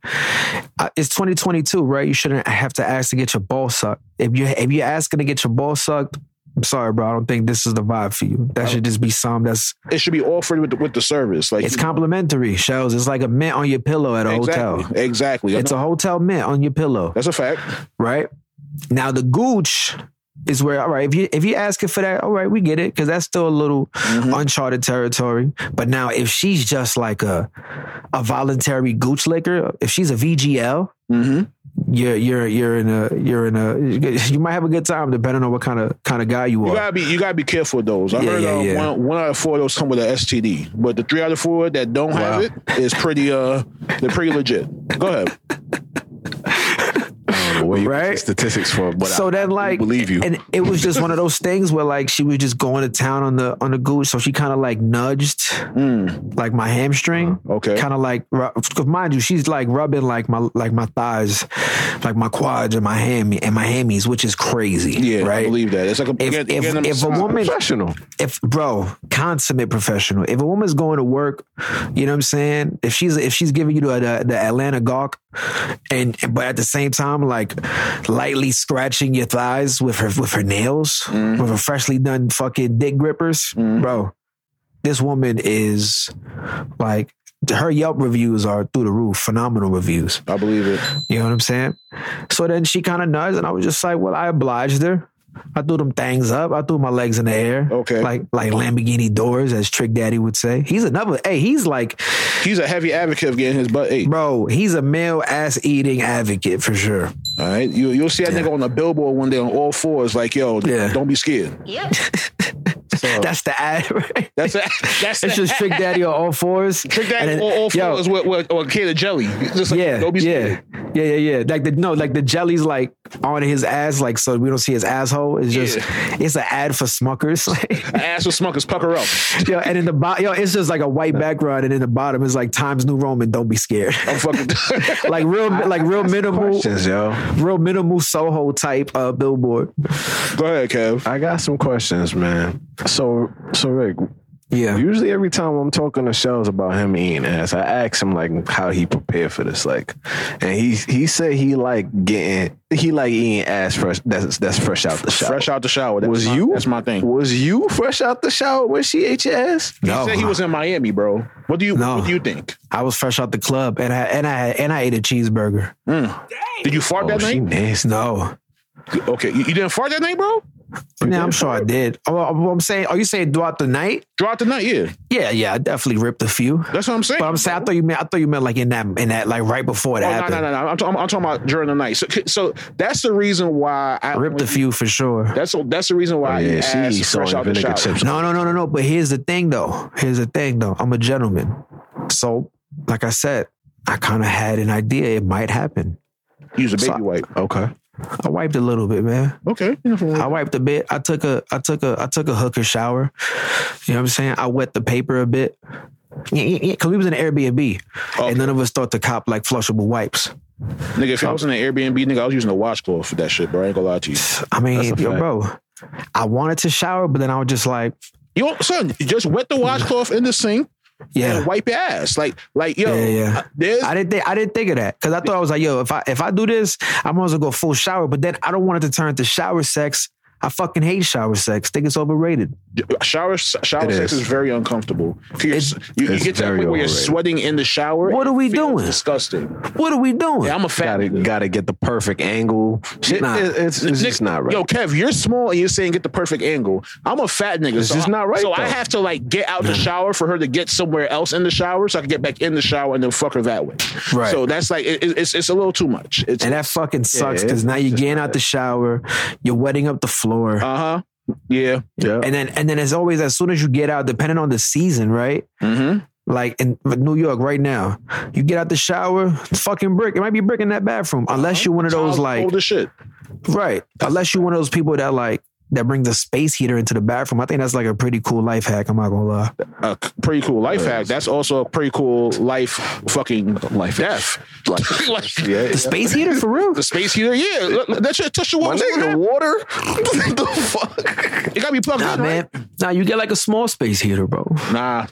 [SPEAKER 4] uh, it's 2022, right? You shouldn't have to ask to get your ball sucked. If you if you're asking to get your ball sucked, I'm sorry, bro. I don't think this is the vibe for you. That should just be some that's
[SPEAKER 2] it should be offered with the, with the service. Like
[SPEAKER 4] It's complimentary, Shells. It's like a mint on your pillow at a
[SPEAKER 2] exactly,
[SPEAKER 4] hotel.
[SPEAKER 2] Exactly.
[SPEAKER 4] It's a hotel mint on your pillow,
[SPEAKER 2] That's a fact.
[SPEAKER 4] right? Now the gooch is where all right. If you if you're asking for that, all right, we get it because that's still a little
[SPEAKER 2] Hmm?
[SPEAKER 4] uncharted territory. But now if she's just like a a voluntary gooch licker, if she's a VGL,
[SPEAKER 2] hmm
[SPEAKER 4] you're you're you're in a you're in a you might have a good time depending on what kind of kind of guy you
[SPEAKER 2] You
[SPEAKER 4] are.
[SPEAKER 2] gotta be you gotta be careful with those. I
[SPEAKER 4] Yeah,
[SPEAKER 2] heard
[SPEAKER 4] yeah,
[SPEAKER 2] uh,
[SPEAKER 4] yeah.
[SPEAKER 2] One, one out of four of those come with an STD, but the three out of four that don't have it is pretty uh they're pretty legit. Go ahead.
[SPEAKER 3] know where you get
[SPEAKER 4] Right?
[SPEAKER 3] the statistics for, but
[SPEAKER 4] so
[SPEAKER 3] I,
[SPEAKER 4] then
[SPEAKER 3] I
[SPEAKER 4] like
[SPEAKER 3] believe you.
[SPEAKER 4] and it was just one of those things where like she was just going to town on the on the goose so she kind of like nudged
[SPEAKER 2] Mm,
[SPEAKER 4] like my hamstring
[SPEAKER 2] okay.
[SPEAKER 4] kind of like ru- 'cause mind you she's like rubbing like my like my thighs like my quads and my hammy and my hammies which is crazy
[SPEAKER 2] yeah, I
[SPEAKER 4] right
[SPEAKER 2] believe that. It's like a,
[SPEAKER 4] if,
[SPEAKER 2] again-
[SPEAKER 4] if,
[SPEAKER 2] again, I'm
[SPEAKER 4] if a
[SPEAKER 2] sorry.
[SPEAKER 4] woman
[SPEAKER 3] professional.
[SPEAKER 4] if bro consummate professional if a woman's going to work you know what i'm saying if she's if she's giving you the the, the atlanta gawk and but at the same time like lightly scratching your thighs with her with her nails with her freshly done fucking dick grippers bro this woman is like her Yelp reviews are through the roof, phenomenal reviews.
[SPEAKER 2] I believe it.
[SPEAKER 4] You know what I'm saying? So then she kind of nudged, and I was just like, well, I obliged her. I threw them things up. I threw my legs in the air.
[SPEAKER 2] Okay.
[SPEAKER 4] Like like Lamborghini doors, as Trick Daddy would say. He's another, hey, he's like,
[SPEAKER 2] He's a heavy advocate of getting his butt ate.
[SPEAKER 4] bro, he's a male ass eating advocate for sure.
[SPEAKER 2] All right, you you'll see that nigga on the billboard one day on all fours, like yo,
[SPEAKER 4] Yeah.
[SPEAKER 2] don't be scared.
[SPEAKER 4] That's the ad, right?
[SPEAKER 2] That's a, that's
[SPEAKER 4] It's just Trick Daddy on all fours.
[SPEAKER 2] Trick that
[SPEAKER 4] And then-
[SPEAKER 2] all, all
[SPEAKER 4] yo,
[SPEAKER 2] fours with, with or a kid of jelly. Just like,
[SPEAKER 4] yeah,
[SPEAKER 2] don't be scared.
[SPEAKER 4] yeah, yeah, yeah, yeah. Like the no, like the jelly's like on his ass, like so we don't see his asshole. It's just it's an ad for Smuckers. Like,
[SPEAKER 2] An ass with smuckers, pucker up.
[SPEAKER 4] yo, and in the bottom, yo, it's just like a white background, and in the bottom is like Times New Roman. Don't be scared.
[SPEAKER 2] I'm fucking.
[SPEAKER 4] like real, like real minimal,
[SPEAKER 3] Questions, yo.
[SPEAKER 4] real minimal Soho type uh, billboard.
[SPEAKER 2] Go ahead, Kev.
[SPEAKER 3] I got some questions, man. So, so Rick,
[SPEAKER 4] Yeah,
[SPEAKER 3] usually every time I'm talking to Shells about him eating ass, I ask him like how he prepared for this, like, and he he said he like getting he like eating ass fresh. That's that's fresh out the shower.
[SPEAKER 2] Fresh out the shower. That's
[SPEAKER 3] Was
[SPEAKER 2] my-
[SPEAKER 3] you?
[SPEAKER 2] That's my thing.
[SPEAKER 3] Was you fresh out the shower when she ate your ass?
[SPEAKER 2] He
[SPEAKER 4] no,
[SPEAKER 2] said he was in Miami, bro. What do you
[SPEAKER 4] No.
[SPEAKER 2] What do you think?
[SPEAKER 4] I was fresh out the club, and I and I and I ate a cheeseburger.
[SPEAKER 2] Did you fart
[SPEAKER 3] Oh,
[SPEAKER 2] that
[SPEAKER 3] she
[SPEAKER 2] night?
[SPEAKER 3] nasty.
[SPEAKER 4] No,
[SPEAKER 2] Okay, you, you didn't fart that night, bro.
[SPEAKER 4] yeah, I'm sure I did. Oh, I'm saying, are you saying throughout the night?
[SPEAKER 2] Throughout the night, yeah.
[SPEAKER 4] Yeah, yeah, I definitely ripped a few.
[SPEAKER 2] That's what I'm saying.
[SPEAKER 4] But I'm saying I thought you meant I thought you meant like in that in that like right before it
[SPEAKER 2] Oh, no,
[SPEAKER 4] happened.
[SPEAKER 2] no, no, no. I'm, ta- I'm, I'm talking about during the night. So, so that's the reason why I
[SPEAKER 4] Ripped a few for sure.
[SPEAKER 2] That's that's the reason why
[SPEAKER 3] Oh,
[SPEAKER 2] I
[SPEAKER 3] yeah,
[SPEAKER 2] eat
[SPEAKER 3] she
[SPEAKER 2] ass
[SPEAKER 3] eat salt
[SPEAKER 2] fresh
[SPEAKER 3] and
[SPEAKER 2] out the
[SPEAKER 3] vinegar
[SPEAKER 2] shower.
[SPEAKER 3] chips.
[SPEAKER 4] No, no, no, no, no. But here's the thing, though. Here's the thing, though. I'm a gentleman, so like I said, I kind of had an idea it might happen.
[SPEAKER 2] Use a baby
[SPEAKER 4] So-
[SPEAKER 2] wipe.
[SPEAKER 3] Okay.
[SPEAKER 4] I wiped a little bit, man.
[SPEAKER 2] Okay. nothing wrong.
[SPEAKER 4] I wiped a bit. I took a I took a I took a hooker shower. You know what I'm saying? I wet the paper a bit. Yeah, yeah, yeah, Cause we was in an Airbnb,
[SPEAKER 2] Okay.
[SPEAKER 4] and none of us thought to cop like flushable wipes.
[SPEAKER 2] Nigga, if I was in an Airbnb, nigga, I was using a washcloth for that shit, bro. I ain't gonna lie to you.
[SPEAKER 4] I mean,
[SPEAKER 3] a
[SPEAKER 4] yo,
[SPEAKER 3] fact.
[SPEAKER 4] bro, I wanted to shower, but then I was just like,
[SPEAKER 2] Yo, son, just wet the washcloth in the sink
[SPEAKER 4] yeah,
[SPEAKER 2] and wipe your ass. Like, like, yo,
[SPEAKER 4] Yeah, yeah.
[SPEAKER 2] uh, there's
[SPEAKER 4] I didn't think I didn't think of that because I thought I was like, yo, if I if I do this, I'm gonna go full shower. But then I don't want it to turn to shower sex. I fucking hate shower sex. Think it's overrated.
[SPEAKER 2] shower shower
[SPEAKER 3] It
[SPEAKER 2] sex is.
[SPEAKER 3] is.
[SPEAKER 2] very uncomfortable. You,
[SPEAKER 4] It's-
[SPEAKER 2] you, you
[SPEAKER 3] It's
[SPEAKER 2] get to that
[SPEAKER 3] very
[SPEAKER 2] point where you're
[SPEAKER 3] overrated.
[SPEAKER 2] sweating in the shower.
[SPEAKER 4] What
[SPEAKER 2] It
[SPEAKER 4] are we
[SPEAKER 2] feels
[SPEAKER 4] doing?
[SPEAKER 2] Disgusting.
[SPEAKER 4] What are we doing?
[SPEAKER 2] Yeah, I'm a
[SPEAKER 3] Got
[SPEAKER 2] fat.
[SPEAKER 3] to got to get the perfect angle. Shit,
[SPEAKER 4] Nah.
[SPEAKER 3] it- it's, it's
[SPEAKER 2] Nick-
[SPEAKER 3] just not right.
[SPEAKER 2] Yo, Kev, you're small and you're saying get the perfect angle. I'm a fat nigga.
[SPEAKER 3] It's
[SPEAKER 2] so
[SPEAKER 3] just
[SPEAKER 2] I-
[SPEAKER 3] not right,
[SPEAKER 2] So I
[SPEAKER 3] though.
[SPEAKER 2] have to like get out the shower for her to get somewhere else in the shower, so I can get back in the shower and then fuck her that way.
[SPEAKER 4] Right.
[SPEAKER 2] So that's like it, it- it's it's a little too much. It's
[SPEAKER 4] and that fucking sucks
[SPEAKER 3] it's
[SPEAKER 4] because now you're getting out the shower, you're wetting up the floor,
[SPEAKER 2] uh huh. Yeah.
[SPEAKER 3] yeah.
[SPEAKER 4] and then and then as always, as soon as you get out, depending on the season, right?
[SPEAKER 2] Mm-hmm.
[SPEAKER 4] Like in New York right now, you get out the shower, it's fucking brick. It might be brick in that bathroom,
[SPEAKER 2] Uh-huh.
[SPEAKER 4] unless you're one of those like
[SPEAKER 2] old as shit.
[SPEAKER 4] Right. Unless you're one of those people that like that brings a space heater into the bathroom. I think that's like a pretty cool life hack. I'm not gonna lie.
[SPEAKER 2] A c- pretty cool life hack.
[SPEAKER 3] Yes.
[SPEAKER 2] That's also a pretty cool life fucking life death. Life.
[SPEAKER 3] yeah,
[SPEAKER 4] The space heater for real?
[SPEAKER 2] The space heater, yeah. let- let That shit touch the
[SPEAKER 3] My
[SPEAKER 2] water.
[SPEAKER 3] nigga, water. what the fuck?
[SPEAKER 2] It gotta be plugged
[SPEAKER 4] Nah,
[SPEAKER 2] in, right?
[SPEAKER 4] man. Nah, you get like a small space heater, bro.
[SPEAKER 2] Nah,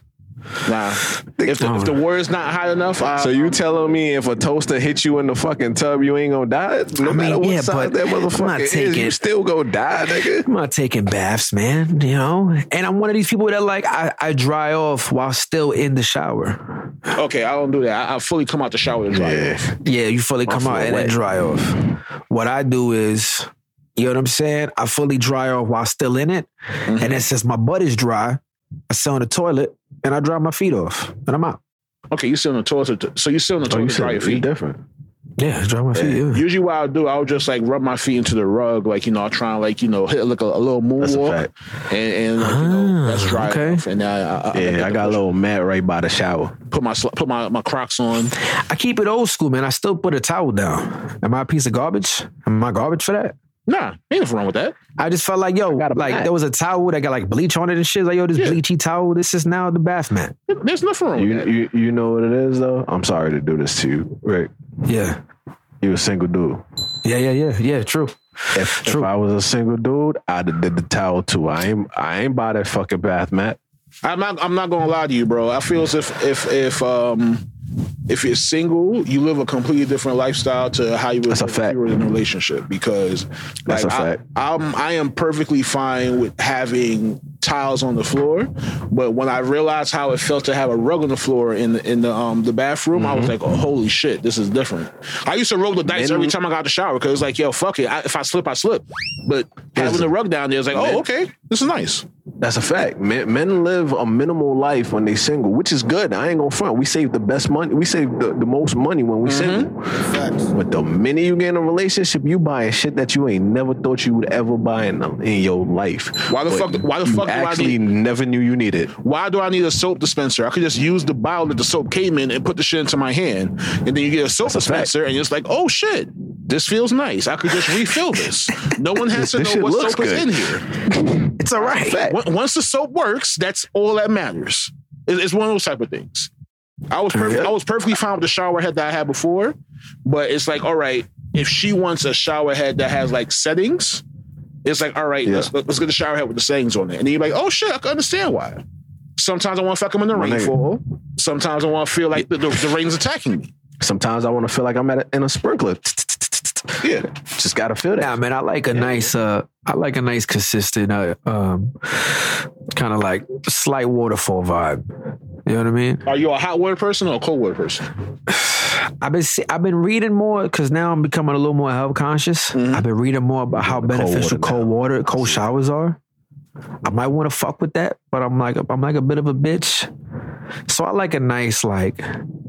[SPEAKER 2] nah. If the, if the water's not hot enough, I,
[SPEAKER 3] So you telling me if a toaster hit you in the fucking tub, you ain't gonna die? No
[SPEAKER 4] I mean,
[SPEAKER 3] matter what
[SPEAKER 4] yeah,
[SPEAKER 3] size
[SPEAKER 4] but
[SPEAKER 3] that
[SPEAKER 4] I'm not
[SPEAKER 3] motherfucker is,
[SPEAKER 4] taking-
[SPEAKER 3] you still gonna die, nigga.
[SPEAKER 4] I'm not taking baths, man. You know? And I'm one of these people that like I, I dry off while still in the shower.
[SPEAKER 2] okay, I don't do that. I, I fully come out the shower to dry
[SPEAKER 3] Yeah. Oh,
[SPEAKER 2] off.
[SPEAKER 4] Yeah, you fully come
[SPEAKER 3] floor
[SPEAKER 4] out and then
[SPEAKER 3] wet.
[SPEAKER 4] dry off. What I do is, you know what I'm saying? I fully dry off while still in it. And then since my butt is dry, I sit on the toilet and I dry my feet off and I'm out.
[SPEAKER 2] Okay, Oh, you sit on the toilet. to- So you sit on the toilet to dry your feet.
[SPEAKER 3] different.
[SPEAKER 4] Yeah, drop my feet. Yeah.
[SPEAKER 2] Usually, what I'll do, I'll just like rub my feet into the rug, like you know, I'll try and like you know, hit like a, a little
[SPEAKER 3] a
[SPEAKER 2] moonwalk,
[SPEAKER 3] fact.
[SPEAKER 2] and, and like, you know,
[SPEAKER 4] Ah,
[SPEAKER 2] that's dry
[SPEAKER 4] okay.
[SPEAKER 2] enough. And I, I, I,
[SPEAKER 3] Yeah, I got a little mat right by the shower.
[SPEAKER 2] put my sl- put my, my Crocs on.
[SPEAKER 4] I keep it old school, man. I still put a towel down. Am I a piece of garbage? Am I garbage for that?
[SPEAKER 2] Nah, ain't nothing wrong with that.
[SPEAKER 4] I just felt like, yo,
[SPEAKER 3] got a
[SPEAKER 4] like
[SPEAKER 3] mat.
[SPEAKER 4] there was a towel that got like bleach on it and shit. Like, yo, this
[SPEAKER 2] Yeah.
[SPEAKER 4] bleachy towel, this is now the bath mat.
[SPEAKER 2] There's nothing wrong with
[SPEAKER 3] You,
[SPEAKER 2] that.
[SPEAKER 3] you you know what it is though. I'm sorry to do this to you, Rick.
[SPEAKER 4] Yeah.
[SPEAKER 3] You a single dude.
[SPEAKER 4] Yeah, yeah, yeah. Yeah, true.
[SPEAKER 3] If, if
[SPEAKER 4] True.
[SPEAKER 3] I was a single dude, I'd have did the towel too. I ain't I ain't buy that fucking bath mat.
[SPEAKER 2] I'm not. I'm not gonna lie to you, bro. I feel as if if if um if you're single, you live a completely different lifestyle to how you would
[SPEAKER 3] That's a
[SPEAKER 2] live if
[SPEAKER 3] fact.
[SPEAKER 2] you were in a relationship. Because like,
[SPEAKER 3] That's a
[SPEAKER 2] I-
[SPEAKER 3] fact.
[SPEAKER 2] I'm I am perfectly fine with having tiles on the floor, but when I realized how it felt to have a rug on the floor in the, in the um the bathroom, I
[SPEAKER 3] Mm-hmm.
[SPEAKER 2] was like, oh, holy shit, this is different. I used to roll the dice
[SPEAKER 3] Men-
[SPEAKER 2] every time I got out the shower because it's like, yo, fuck it, I, if I slip, I slip. But having
[SPEAKER 3] Listen.
[SPEAKER 2] the rug down there is like,
[SPEAKER 3] Men-
[SPEAKER 2] oh, okay, this is nice.
[SPEAKER 3] That's a fact. Men, men live a minimal life when they single, which is good. I ain't gonna front. We save the best money. We save the, the most money when
[SPEAKER 2] Mm-hmm.
[SPEAKER 3] we single.
[SPEAKER 1] Facts.
[SPEAKER 3] But the minute you get in a relationship, you buying shit that you ain't never thought you would ever buy in, in your life.
[SPEAKER 2] Why the
[SPEAKER 3] But
[SPEAKER 2] fuck- why the
[SPEAKER 3] you
[SPEAKER 2] fuck do I
[SPEAKER 3] Actually, never knew you needed.
[SPEAKER 2] why do I need a soap dispenser? I could just use the bottle that the soap came in and put the shit into my hand. And then you get a soap
[SPEAKER 3] a fact.
[SPEAKER 2] dispenser and it's like, oh shit, this feels nice. I could just refill this. No one has to
[SPEAKER 3] This
[SPEAKER 2] know
[SPEAKER 3] shit
[SPEAKER 2] what
[SPEAKER 3] looks
[SPEAKER 2] soap is
[SPEAKER 3] good.
[SPEAKER 2] in here.
[SPEAKER 4] It's all right.
[SPEAKER 3] Fact.
[SPEAKER 2] On- Once the soap works, that's all that matters. It- It's one of those type of things. I was perfect, I was perfectly fine with the shower head that I had before, but it's like, all right, if she wants a shower head that has like settings, it's like, all right,
[SPEAKER 3] Yeah.
[SPEAKER 2] let's, let's get the shower head with the settings on it. And then you're like, oh shit, I can understand why. Sometimes I want to fuck him in the
[SPEAKER 3] My nigga.
[SPEAKER 2] rainfall. Sometimes I want to feel like the, the, the rain's attacking me.
[SPEAKER 3] Sometimes I want to feel like I'm at a, in a sprinkler.
[SPEAKER 2] Yeah.
[SPEAKER 3] Just gotta feel that.
[SPEAKER 4] Nah, man, I like a nice, uh, I like a nice consistent, uh, um, kind of like slight waterfall vibe. You know what I mean?
[SPEAKER 2] Are you a hot water person or a cold water person?
[SPEAKER 4] I've been see, I've been reading more because now I'm becoming a little more health conscious. I've been reading more about how
[SPEAKER 3] water
[SPEAKER 4] beneficial
[SPEAKER 3] now.
[SPEAKER 4] cold water, cold showers are. I might want to fuck with that, but I'm like I'm like a bit of a bitch. So I like a nice like,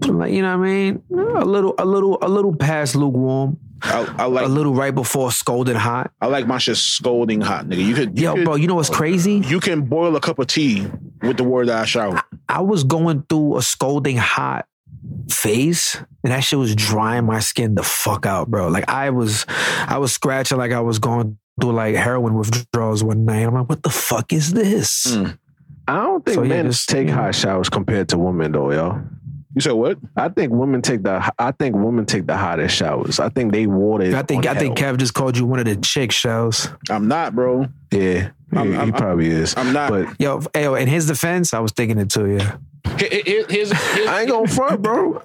[SPEAKER 4] like you know what I mean? A little a little a little past lukewarm,
[SPEAKER 2] I, I like
[SPEAKER 4] a little right before scalding hot.
[SPEAKER 2] I like my shit scolding hot, nigga. You could you,
[SPEAKER 4] Yo,
[SPEAKER 2] could,
[SPEAKER 4] bro, you know what's crazy?
[SPEAKER 2] you can boil a cup of tea with the word that I shower.
[SPEAKER 4] I was going through a scolding hot phase and that shit was drying my skin the fuck out, bro. Like I was I was scratching like I was going through like heroin withdrawals one night. I'm like, what the fuck is this?
[SPEAKER 2] Mm.
[SPEAKER 3] I don't think
[SPEAKER 4] So, yeah,
[SPEAKER 3] men
[SPEAKER 4] just,
[SPEAKER 3] take
[SPEAKER 4] you know.
[SPEAKER 3] hot showers compared to women though, y'all.
[SPEAKER 2] You said what?
[SPEAKER 3] I think women take the I think women take the hottest showers. I think they water.
[SPEAKER 4] I think I think Kev just called you one of the chick shows.
[SPEAKER 2] I'm not, bro.
[SPEAKER 3] yeah,
[SPEAKER 2] I'm-
[SPEAKER 3] he, he
[SPEAKER 2] I'm-
[SPEAKER 3] probably is.
[SPEAKER 2] I'm not.
[SPEAKER 3] But
[SPEAKER 4] Yo, f- yo, in his defense, I was thinking it too, yeah.
[SPEAKER 2] Here- here- here's- here's-
[SPEAKER 3] I ain't gonna front, bro.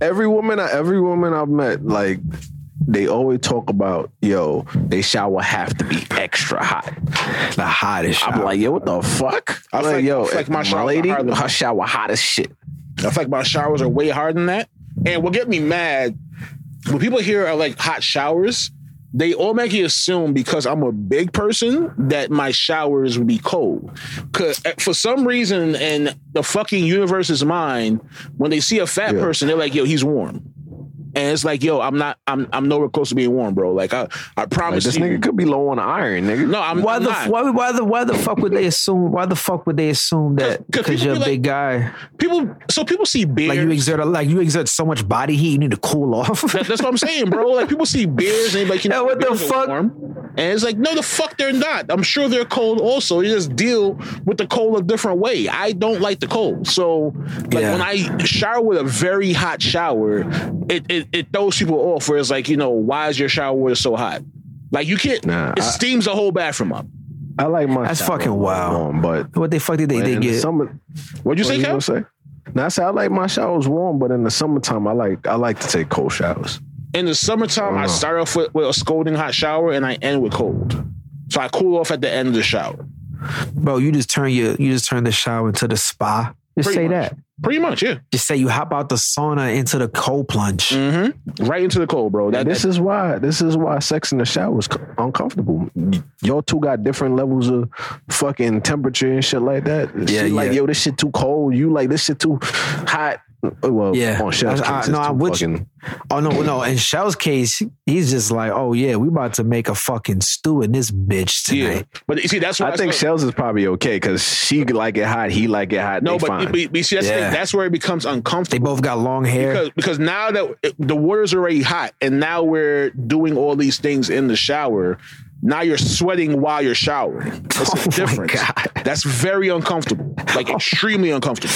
[SPEAKER 3] every woman, I, every woman I've met, like they always talk about, yo, they shower have to be extra hot.
[SPEAKER 4] The hottest shower.
[SPEAKER 3] I'm like, yo, what the fuck?
[SPEAKER 2] I feel
[SPEAKER 3] I'm like,
[SPEAKER 2] like- I
[SPEAKER 3] yo,
[SPEAKER 2] feel like my
[SPEAKER 3] my,
[SPEAKER 2] shower
[SPEAKER 3] lady,
[SPEAKER 2] hardly-
[SPEAKER 3] her shower hot as shit.
[SPEAKER 2] I feel like my showers are way harder than that. And what get me mad when people here are like hot showers, they automatically assume because I'm a big person that my showers would be cold. Cause uh, for some reason in the fucking universe's mind, when they see a fat
[SPEAKER 3] Yeah.
[SPEAKER 2] person, they're like, yo, he's warm. And it's like, yo, I'm not, I'm, I'm nowhere close to being warm, bro. Like I, I
[SPEAKER 3] Like,
[SPEAKER 2] promise
[SPEAKER 3] this
[SPEAKER 2] you.
[SPEAKER 3] nigga could be low on iron, nigga.
[SPEAKER 2] no, I'm,
[SPEAKER 4] why
[SPEAKER 2] I'm
[SPEAKER 4] the
[SPEAKER 2] not.
[SPEAKER 4] why, why the why the fuck would they assume why the fuck would they assume that
[SPEAKER 2] 'Cause- 'cause
[SPEAKER 4] because
[SPEAKER 2] people
[SPEAKER 4] you're a
[SPEAKER 2] be like-
[SPEAKER 4] big guy
[SPEAKER 2] people, so people see beer.
[SPEAKER 4] like you exert a, like you exert so much body heat you need to cool off
[SPEAKER 2] That- that's what I'm saying, bro. Like people see beers and they like, you know,
[SPEAKER 4] Yeah, what the
[SPEAKER 2] beers are
[SPEAKER 4] fuck?
[SPEAKER 2] warm. And it's like, no, the fuck they're not. I'm sure they're cold also. You just deal with the cold a different way. I don't like the cold. So like
[SPEAKER 4] Yeah.
[SPEAKER 2] when I shower with a very hot shower, it, it it throws people off where it's like, you know, why is your shower water so hot? Like you can't
[SPEAKER 3] Nah,
[SPEAKER 2] it
[SPEAKER 3] I-
[SPEAKER 2] steams the whole bathroom up.
[SPEAKER 3] I like my.
[SPEAKER 4] That's
[SPEAKER 3] shower
[SPEAKER 4] fucking wild.
[SPEAKER 3] warm, but
[SPEAKER 4] what the fuck did they, they
[SPEAKER 3] in the
[SPEAKER 4] get
[SPEAKER 3] summer,
[SPEAKER 2] What'd you say,
[SPEAKER 3] know
[SPEAKER 2] Cal?
[SPEAKER 3] what I'm saying? Now I say I like my showers warm, but in the summertime I like I like to take cold showers.
[SPEAKER 2] In the summertime,
[SPEAKER 4] Oh,
[SPEAKER 2] I
[SPEAKER 3] Wow.
[SPEAKER 2] start off with, with a scalding hot shower and I end with cold. So I cool off at the end of the shower.
[SPEAKER 4] bro you just turn your you just turn the shower into the spa just
[SPEAKER 2] Pretty
[SPEAKER 4] say
[SPEAKER 2] much.
[SPEAKER 4] that
[SPEAKER 2] Pretty much, yeah.
[SPEAKER 4] just say you hop out the sauna into the cold plunge
[SPEAKER 2] Mm-hmm. Right into the cold, bro. That,
[SPEAKER 3] And this is why this is why sex in the shower is co- uncomfortable. Y- Y'all two got different levels of fucking temperature and shit like that.
[SPEAKER 4] Yeah,
[SPEAKER 3] she like
[SPEAKER 4] yeah.
[SPEAKER 3] yo, this shit too cold. You like this shit too hot. Well, oh,
[SPEAKER 4] Yeah.
[SPEAKER 3] on Chef's
[SPEAKER 4] I- I-
[SPEAKER 3] Kiss,
[SPEAKER 4] no,
[SPEAKER 3] it's
[SPEAKER 4] I'm
[SPEAKER 3] too
[SPEAKER 4] with you.
[SPEAKER 3] fucking-
[SPEAKER 4] Oh no, no. In Shell's case, he's just like, oh yeah, we about to make a fucking stew in this bitch
[SPEAKER 2] Yeah,
[SPEAKER 4] tonight.
[SPEAKER 2] but you see, that's why
[SPEAKER 3] I think
[SPEAKER 2] started-
[SPEAKER 3] Shells is probably okay because she like it hot, he like it hot.
[SPEAKER 2] No,
[SPEAKER 3] they
[SPEAKER 2] but,
[SPEAKER 3] fine.
[SPEAKER 2] but, but you see, that's, the thing,
[SPEAKER 4] Yeah.
[SPEAKER 2] that's where it becomes
[SPEAKER 4] They
[SPEAKER 2] uncomfortable.
[SPEAKER 4] both got long hair.
[SPEAKER 2] because because now that it- the water's already hot and now we're doing all these things in the shower now you're sweating while you're showering that's
[SPEAKER 4] Oh, my
[SPEAKER 2] a difference
[SPEAKER 4] God.
[SPEAKER 2] that's very uncomfortable like extremely uncomfortable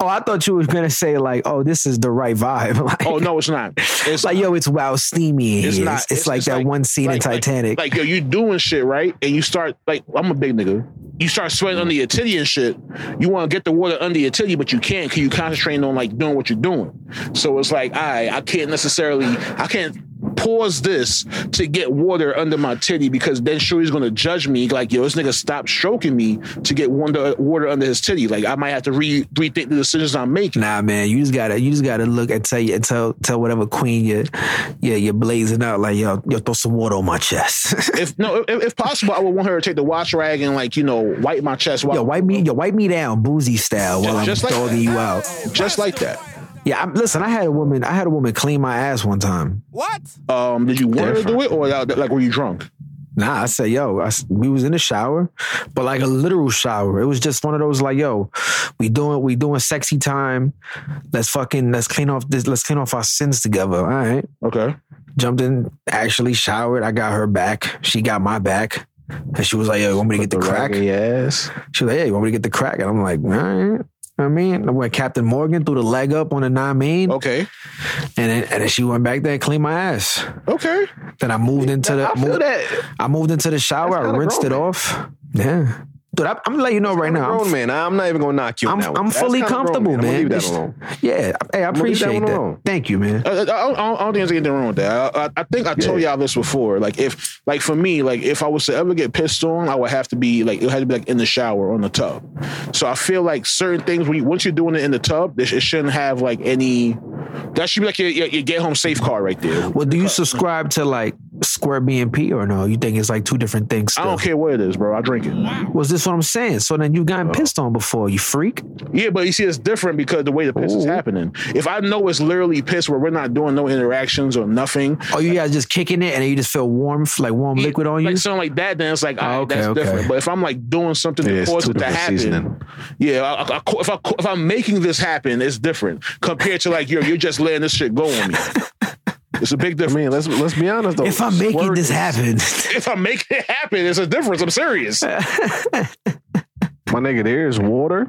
[SPEAKER 4] oh, I thought you was gonna say like, oh, this is the right vibe. like,
[SPEAKER 2] oh no it's not it's
[SPEAKER 4] it's like yo, it's wow steamy. in
[SPEAKER 2] It's
[SPEAKER 4] here.
[SPEAKER 2] not.
[SPEAKER 4] It's, it's
[SPEAKER 2] It's
[SPEAKER 4] like
[SPEAKER 2] just
[SPEAKER 4] that
[SPEAKER 2] like-
[SPEAKER 4] one scene in
[SPEAKER 2] like- like-
[SPEAKER 4] Titanic.
[SPEAKER 2] like yo you doing shit right and you start like i'm a big nigga you start sweating under your titty and shit you want to get the water under your titty but you can't because you concentrating on like doing what you're doing so it's like i i can't necessarily i can't pause this to get water under my titty because then Shuri's gonna judge me like yo this nigga stopped stroking me to get wonder, water under his titty like i might have to re- rethink the decisions i'm making
[SPEAKER 4] Nah, man, you just gotta you just gotta look and tell you and tell tell whatever queen you yeah you're blazing out like yo yo throw some water on my chest.
[SPEAKER 2] if no if, if possible i would want her to take the wash rag and like you know wipe my chest while
[SPEAKER 4] yo wipe me yo wipe me down boozy style while I'm
[SPEAKER 2] Just like
[SPEAKER 4] dogging
[SPEAKER 2] that.
[SPEAKER 4] you out.
[SPEAKER 2] just like that
[SPEAKER 4] Yeah, I'm, listen, I had a woman I had a woman clean my ass one time.
[SPEAKER 1] What?
[SPEAKER 2] Um, did you want her to do
[SPEAKER 3] Different.
[SPEAKER 2] it, or that- that- like were you drunk?
[SPEAKER 4] Nah, I said yo, I s we was in the shower, but like a literal shower. It was just one of those like yo, we doing we doing sexy time. Let's fucking let's clean off this let's clean off our sins together. All right.
[SPEAKER 2] Okay.
[SPEAKER 4] jumped in, actually showered. I got her back. She got my back. And she was like, yo, you want me to get the, crack?
[SPEAKER 3] Raggedy ass.
[SPEAKER 4] She was like, yeah, you want me to get the crack? And I'm like, all right. I mean, I went Captain Morgan threw the leg up on the nine main,
[SPEAKER 2] Okay.
[SPEAKER 4] and then, and then she went back there and cleaned my ass.
[SPEAKER 2] Okay.
[SPEAKER 4] Then I moved into the
[SPEAKER 3] I feel
[SPEAKER 4] moved-
[SPEAKER 3] that.
[SPEAKER 4] I moved into the shower. I
[SPEAKER 3] kinda
[SPEAKER 4] rinsed it
[SPEAKER 3] grown, man.
[SPEAKER 4] off. Yeah, dude, I, am gonna let you know right
[SPEAKER 3] I'm
[SPEAKER 4] now.
[SPEAKER 3] grown
[SPEAKER 4] I'm-
[SPEAKER 3] man. I'm not even gonna knock you. on
[SPEAKER 4] I'm-
[SPEAKER 3] that one.
[SPEAKER 4] I'm
[SPEAKER 3] That's
[SPEAKER 4] fully
[SPEAKER 3] kinda grown,
[SPEAKER 4] comfortable,
[SPEAKER 3] I'm gonna
[SPEAKER 4] man.
[SPEAKER 3] leave that
[SPEAKER 4] It's-
[SPEAKER 3] alone.
[SPEAKER 4] yeah, hey, I
[SPEAKER 3] gonna leave that
[SPEAKER 4] appreciate
[SPEAKER 3] one
[SPEAKER 4] that.
[SPEAKER 3] alone.
[SPEAKER 4] Thank you, man.
[SPEAKER 2] I, I, I don't, I don't think there's anything wrong with that. I, I, I think I told y'all this before. Like if, like for me, like if I was to ever get pissed on, I would have to be like it had to be like in the shower on the tub. So I feel like certain things when you, once you're doing it in the tub, it, sh- it shouldn't have like any. That should be like your, your, your get home safe card right there.
[SPEAKER 4] Well, do you subscribe to like Square BNP or no? You think it's like two different things?
[SPEAKER 2] I
[SPEAKER 4] Still?
[SPEAKER 2] don't care what it is, bro. I drink it.
[SPEAKER 4] Was this what I'm saying? So then you've
[SPEAKER 3] Uh,
[SPEAKER 4] gotten pissed on before, you freak.
[SPEAKER 2] Yeah, but you see, it's different because the way the piss is
[SPEAKER 4] Ooh.
[SPEAKER 2] happening. If I know it's literally piss where we're not doing no interactions or nothing,
[SPEAKER 4] Oh, you guys just kicking it and you just feel warm, f- like warm
[SPEAKER 2] Yeah,
[SPEAKER 4] liquid on you.
[SPEAKER 2] like something like that, then it's like, alright,
[SPEAKER 4] okay,
[SPEAKER 2] that's
[SPEAKER 4] okay.
[SPEAKER 2] different. But if I'm like doing something
[SPEAKER 3] Yeah,
[SPEAKER 2] to
[SPEAKER 3] it's
[SPEAKER 2] cause
[SPEAKER 3] two
[SPEAKER 2] it to
[SPEAKER 3] different
[SPEAKER 2] happen,
[SPEAKER 3] seasoning.
[SPEAKER 2] yeah, I, I, I- if I if I'm making this happen, it's different compared to like you're you're just letting this shit go on me. It's a big
[SPEAKER 3] I
[SPEAKER 2] difference.
[SPEAKER 3] mean, let's let's be honest though.
[SPEAKER 4] if I'm making
[SPEAKER 3] Squirt
[SPEAKER 4] this
[SPEAKER 3] is-
[SPEAKER 4] happen,
[SPEAKER 2] if I make it happen, it's a difference. I'm serious.
[SPEAKER 3] my nigga, there's water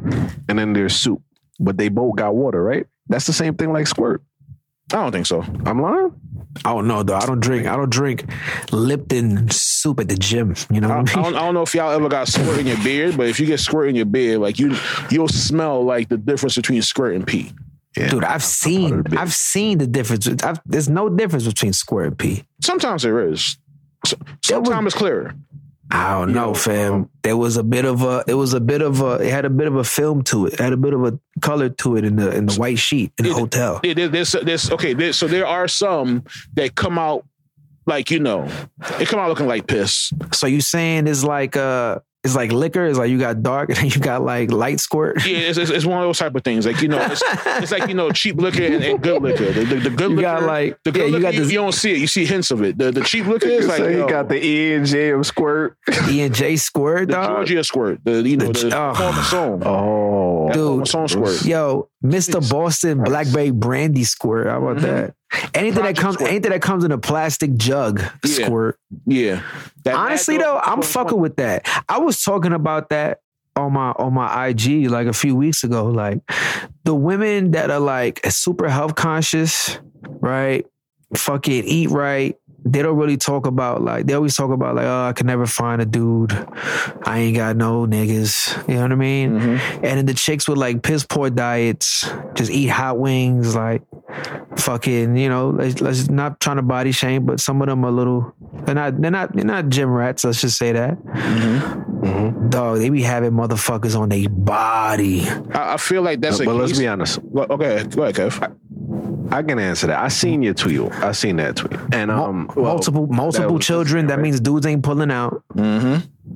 [SPEAKER 3] and then there's soup, but they both got water, right? That's the same thing like squirt.
[SPEAKER 2] I don't think so.
[SPEAKER 3] I'm lying.
[SPEAKER 4] I don't know though. I don't drink. I don't drink Lipton soup at the gym. You know
[SPEAKER 2] I, I,
[SPEAKER 4] what I mean?
[SPEAKER 2] don't, I don't know if y'all ever got squirt in your beard, but if you get squirt in your beard, like you you'll smell like the difference between squirt and pee.
[SPEAKER 3] Yeah.
[SPEAKER 4] Dude, I've seen,
[SPEAKER 3] bit.
[SPEAKER 4] I've seen the difference. I've, there's no difference between square and pee.
[SPEAKER 2] Sometimes there is. So- Sometimes it's clearer.
[SPEAKER 4] I don't know, fam. There was a bit of a, it was a bit of a, it had a bit of a film to it. It had a bit of a color to it in the in the white sheet in the
[SPEAKER 2] Yeah.
[SPEAKER 4] hotel.
[SPEAKER 2] Yeah, there, there's, there's okay. There, so there are some that come out like you know, they come out looking like piss.
[SPEAKER 4] So you saying it's like uh it's like liquor, it's like you got dark and then you got like light squirt.
[SPEAKER 2] Yeah, it's, it's, it's one of those type of things. Like you know, it's, it's like you know, cheap liquor and, and good liquor. The, the, the good
[SPEAKER 4] You
[SPEAKER 2] liquor,
[SPEAKER 4] got, like-
[SPEAKER 2] the good
[SPEAKER 4] yeah, you
[SPEAKER 2] liquor, you,
[SPEAKER 4] got this-
[SPEAKER 2] you don't see it. You see hints of it. The the cheap liquor is like
[SPEAKER 3] so
[SPEAKER 2] yo,
[SPEAKER 3] he got the E and J of squirt.
[SPEAKER 4] E and J squirt,
[SPEAKER 2] the
[SPEAKER 4] dog.
[SPEAKER 2] Georgia squirt. The you know
[SPEAKER 4] The-
[SPEAKER 2] the,
[SPEAKER 4] oh.
[SPEAKER 2] Paul Masson.
[SPEAKER 3] Oh,
[SPEAKER 2] That Paul
[SPEAKER 4] dude.
[SPEAKER 2] Masson squirt.
[SPEAKER 4] Yo, Mr. Boston Blackberry Brandy squirt. How about that?
[SPEAKER 2] Project
[SPEAKER 4] Anything that comes
[SPEAKER 2] Mm-hmm. squirt.
[SPEAKER 4] anything that comes in a plastic jug
[SPEAKER 2] Yeah.
[SPEAKER 4] squirt.
[SPEAKER 2] Yeah. That-
[SPEAKER 4] Honestly
[SPEAKER 2] that-
[SPEAKER 4] though, I'm fucking with that. I was talking about that on my on my IG like a few weeks ago. Like the women that are like super health conscious, right? Fucking eat right. They don't really talk about like they always talk about like oh I can never find a dude. I ain't got no niggas. You know what I mean?
[SPEAKER 2] Mm-hmm.
[SPEAKER 4] And then the chicks with like piss poor diets, just eat hot wings, like fucking, you know, let's, let's not trying to body shame, but some of them are little, they're not, they're not, they're not gym rats. Let's just say that.
[SPEAKER 3] Mm-hmm.
[SPEAKER 4] Dog, they be having motherfuckers on their body.
[SPEAKER 2] I, I feel like that's a
[SPEAKER 3] but let's
[SPEAKER 2] case-
[SPEAKER 3] be honest.
[SPEAKER 2] Well, okay, go ahead, Kev.
[SPEAKER 3] I can answer that. I seen your tweet. I seen that tweet. And um, well,
[SPEAKER 4] multiple, multiple
[SPEAKER 3] was just
[SPEAKER 4] children.
[SPEAKER 3] it,
[SPEAKER 4] That
[SPEAKER 3] right?
[SPEAKER 4] means dudes ain't pulling out.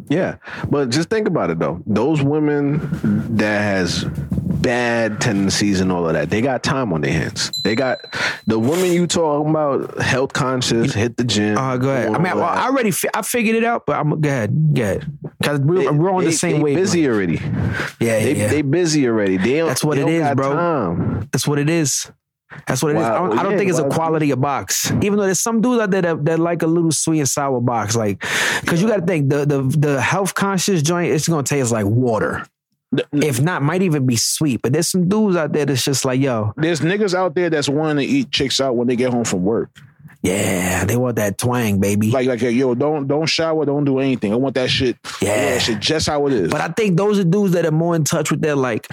[SPEAKER 3] Yeah, but just think about it though. Those women that has bad tendencies and all of that. They got time on their hands. They got the woman you talking about, health conscious, hit the gym.
[SPEAKER 4] Oh, go ahead. I mean, well, I already fi- I figured it out, but I'm go ahead, go ahead, because we're, we're on the same
[SPEAKER 3] way.
[SPEAKER 4] wavelength.
[SPEAKER 3] Busy already.
[SPEAKER 4] Yeah,
[SPEAKER 3] They
[SPEAKER 4] yeah, yeah.
[SPEAKER 3] they busy already. They don't,
[SPEAKER 4] That's what
[SPEAKER 3] they
[SPEAKER 4] it
[SPEAKER 3] don't
[SPEAKER 4] is,
[SPEAKER 3] got
[SPEAKER 4] bro.
[SPEAKER 3] Time.
[SPEAKER 4] That's what it is. That's what it is.
[SPEAKER 3] Wow,
[SPEAKER 4] I don't, I don't
[SPEAKER 3] yeah,
[SPEAKER 4] think it's a
[SPEAKER 3] wow.
[SPEAKER 4] quality of box. Even though there's some dudes out there that, that like a little sweet and sour box, like because you got to think the the the health conscious joint. It's gonna taste like water. If not, might even be sweet. But there's some dudes out there that's just like, yo,
[SPEAKER 2] There's niggas out there that's wanting to eat chicks out when they get home from work.
[SPEAKER 4] yeah, they want that twang, baby.
[SPEAKER 2] Like, like, yo, don't don't shower, don't do anything. I want that shit. I want
[SPEAKER 4] yeah.
[SPEAKER 2] that shit just how it is.
[SPEAKER 4] But I think those are dudes that are more in touch with their like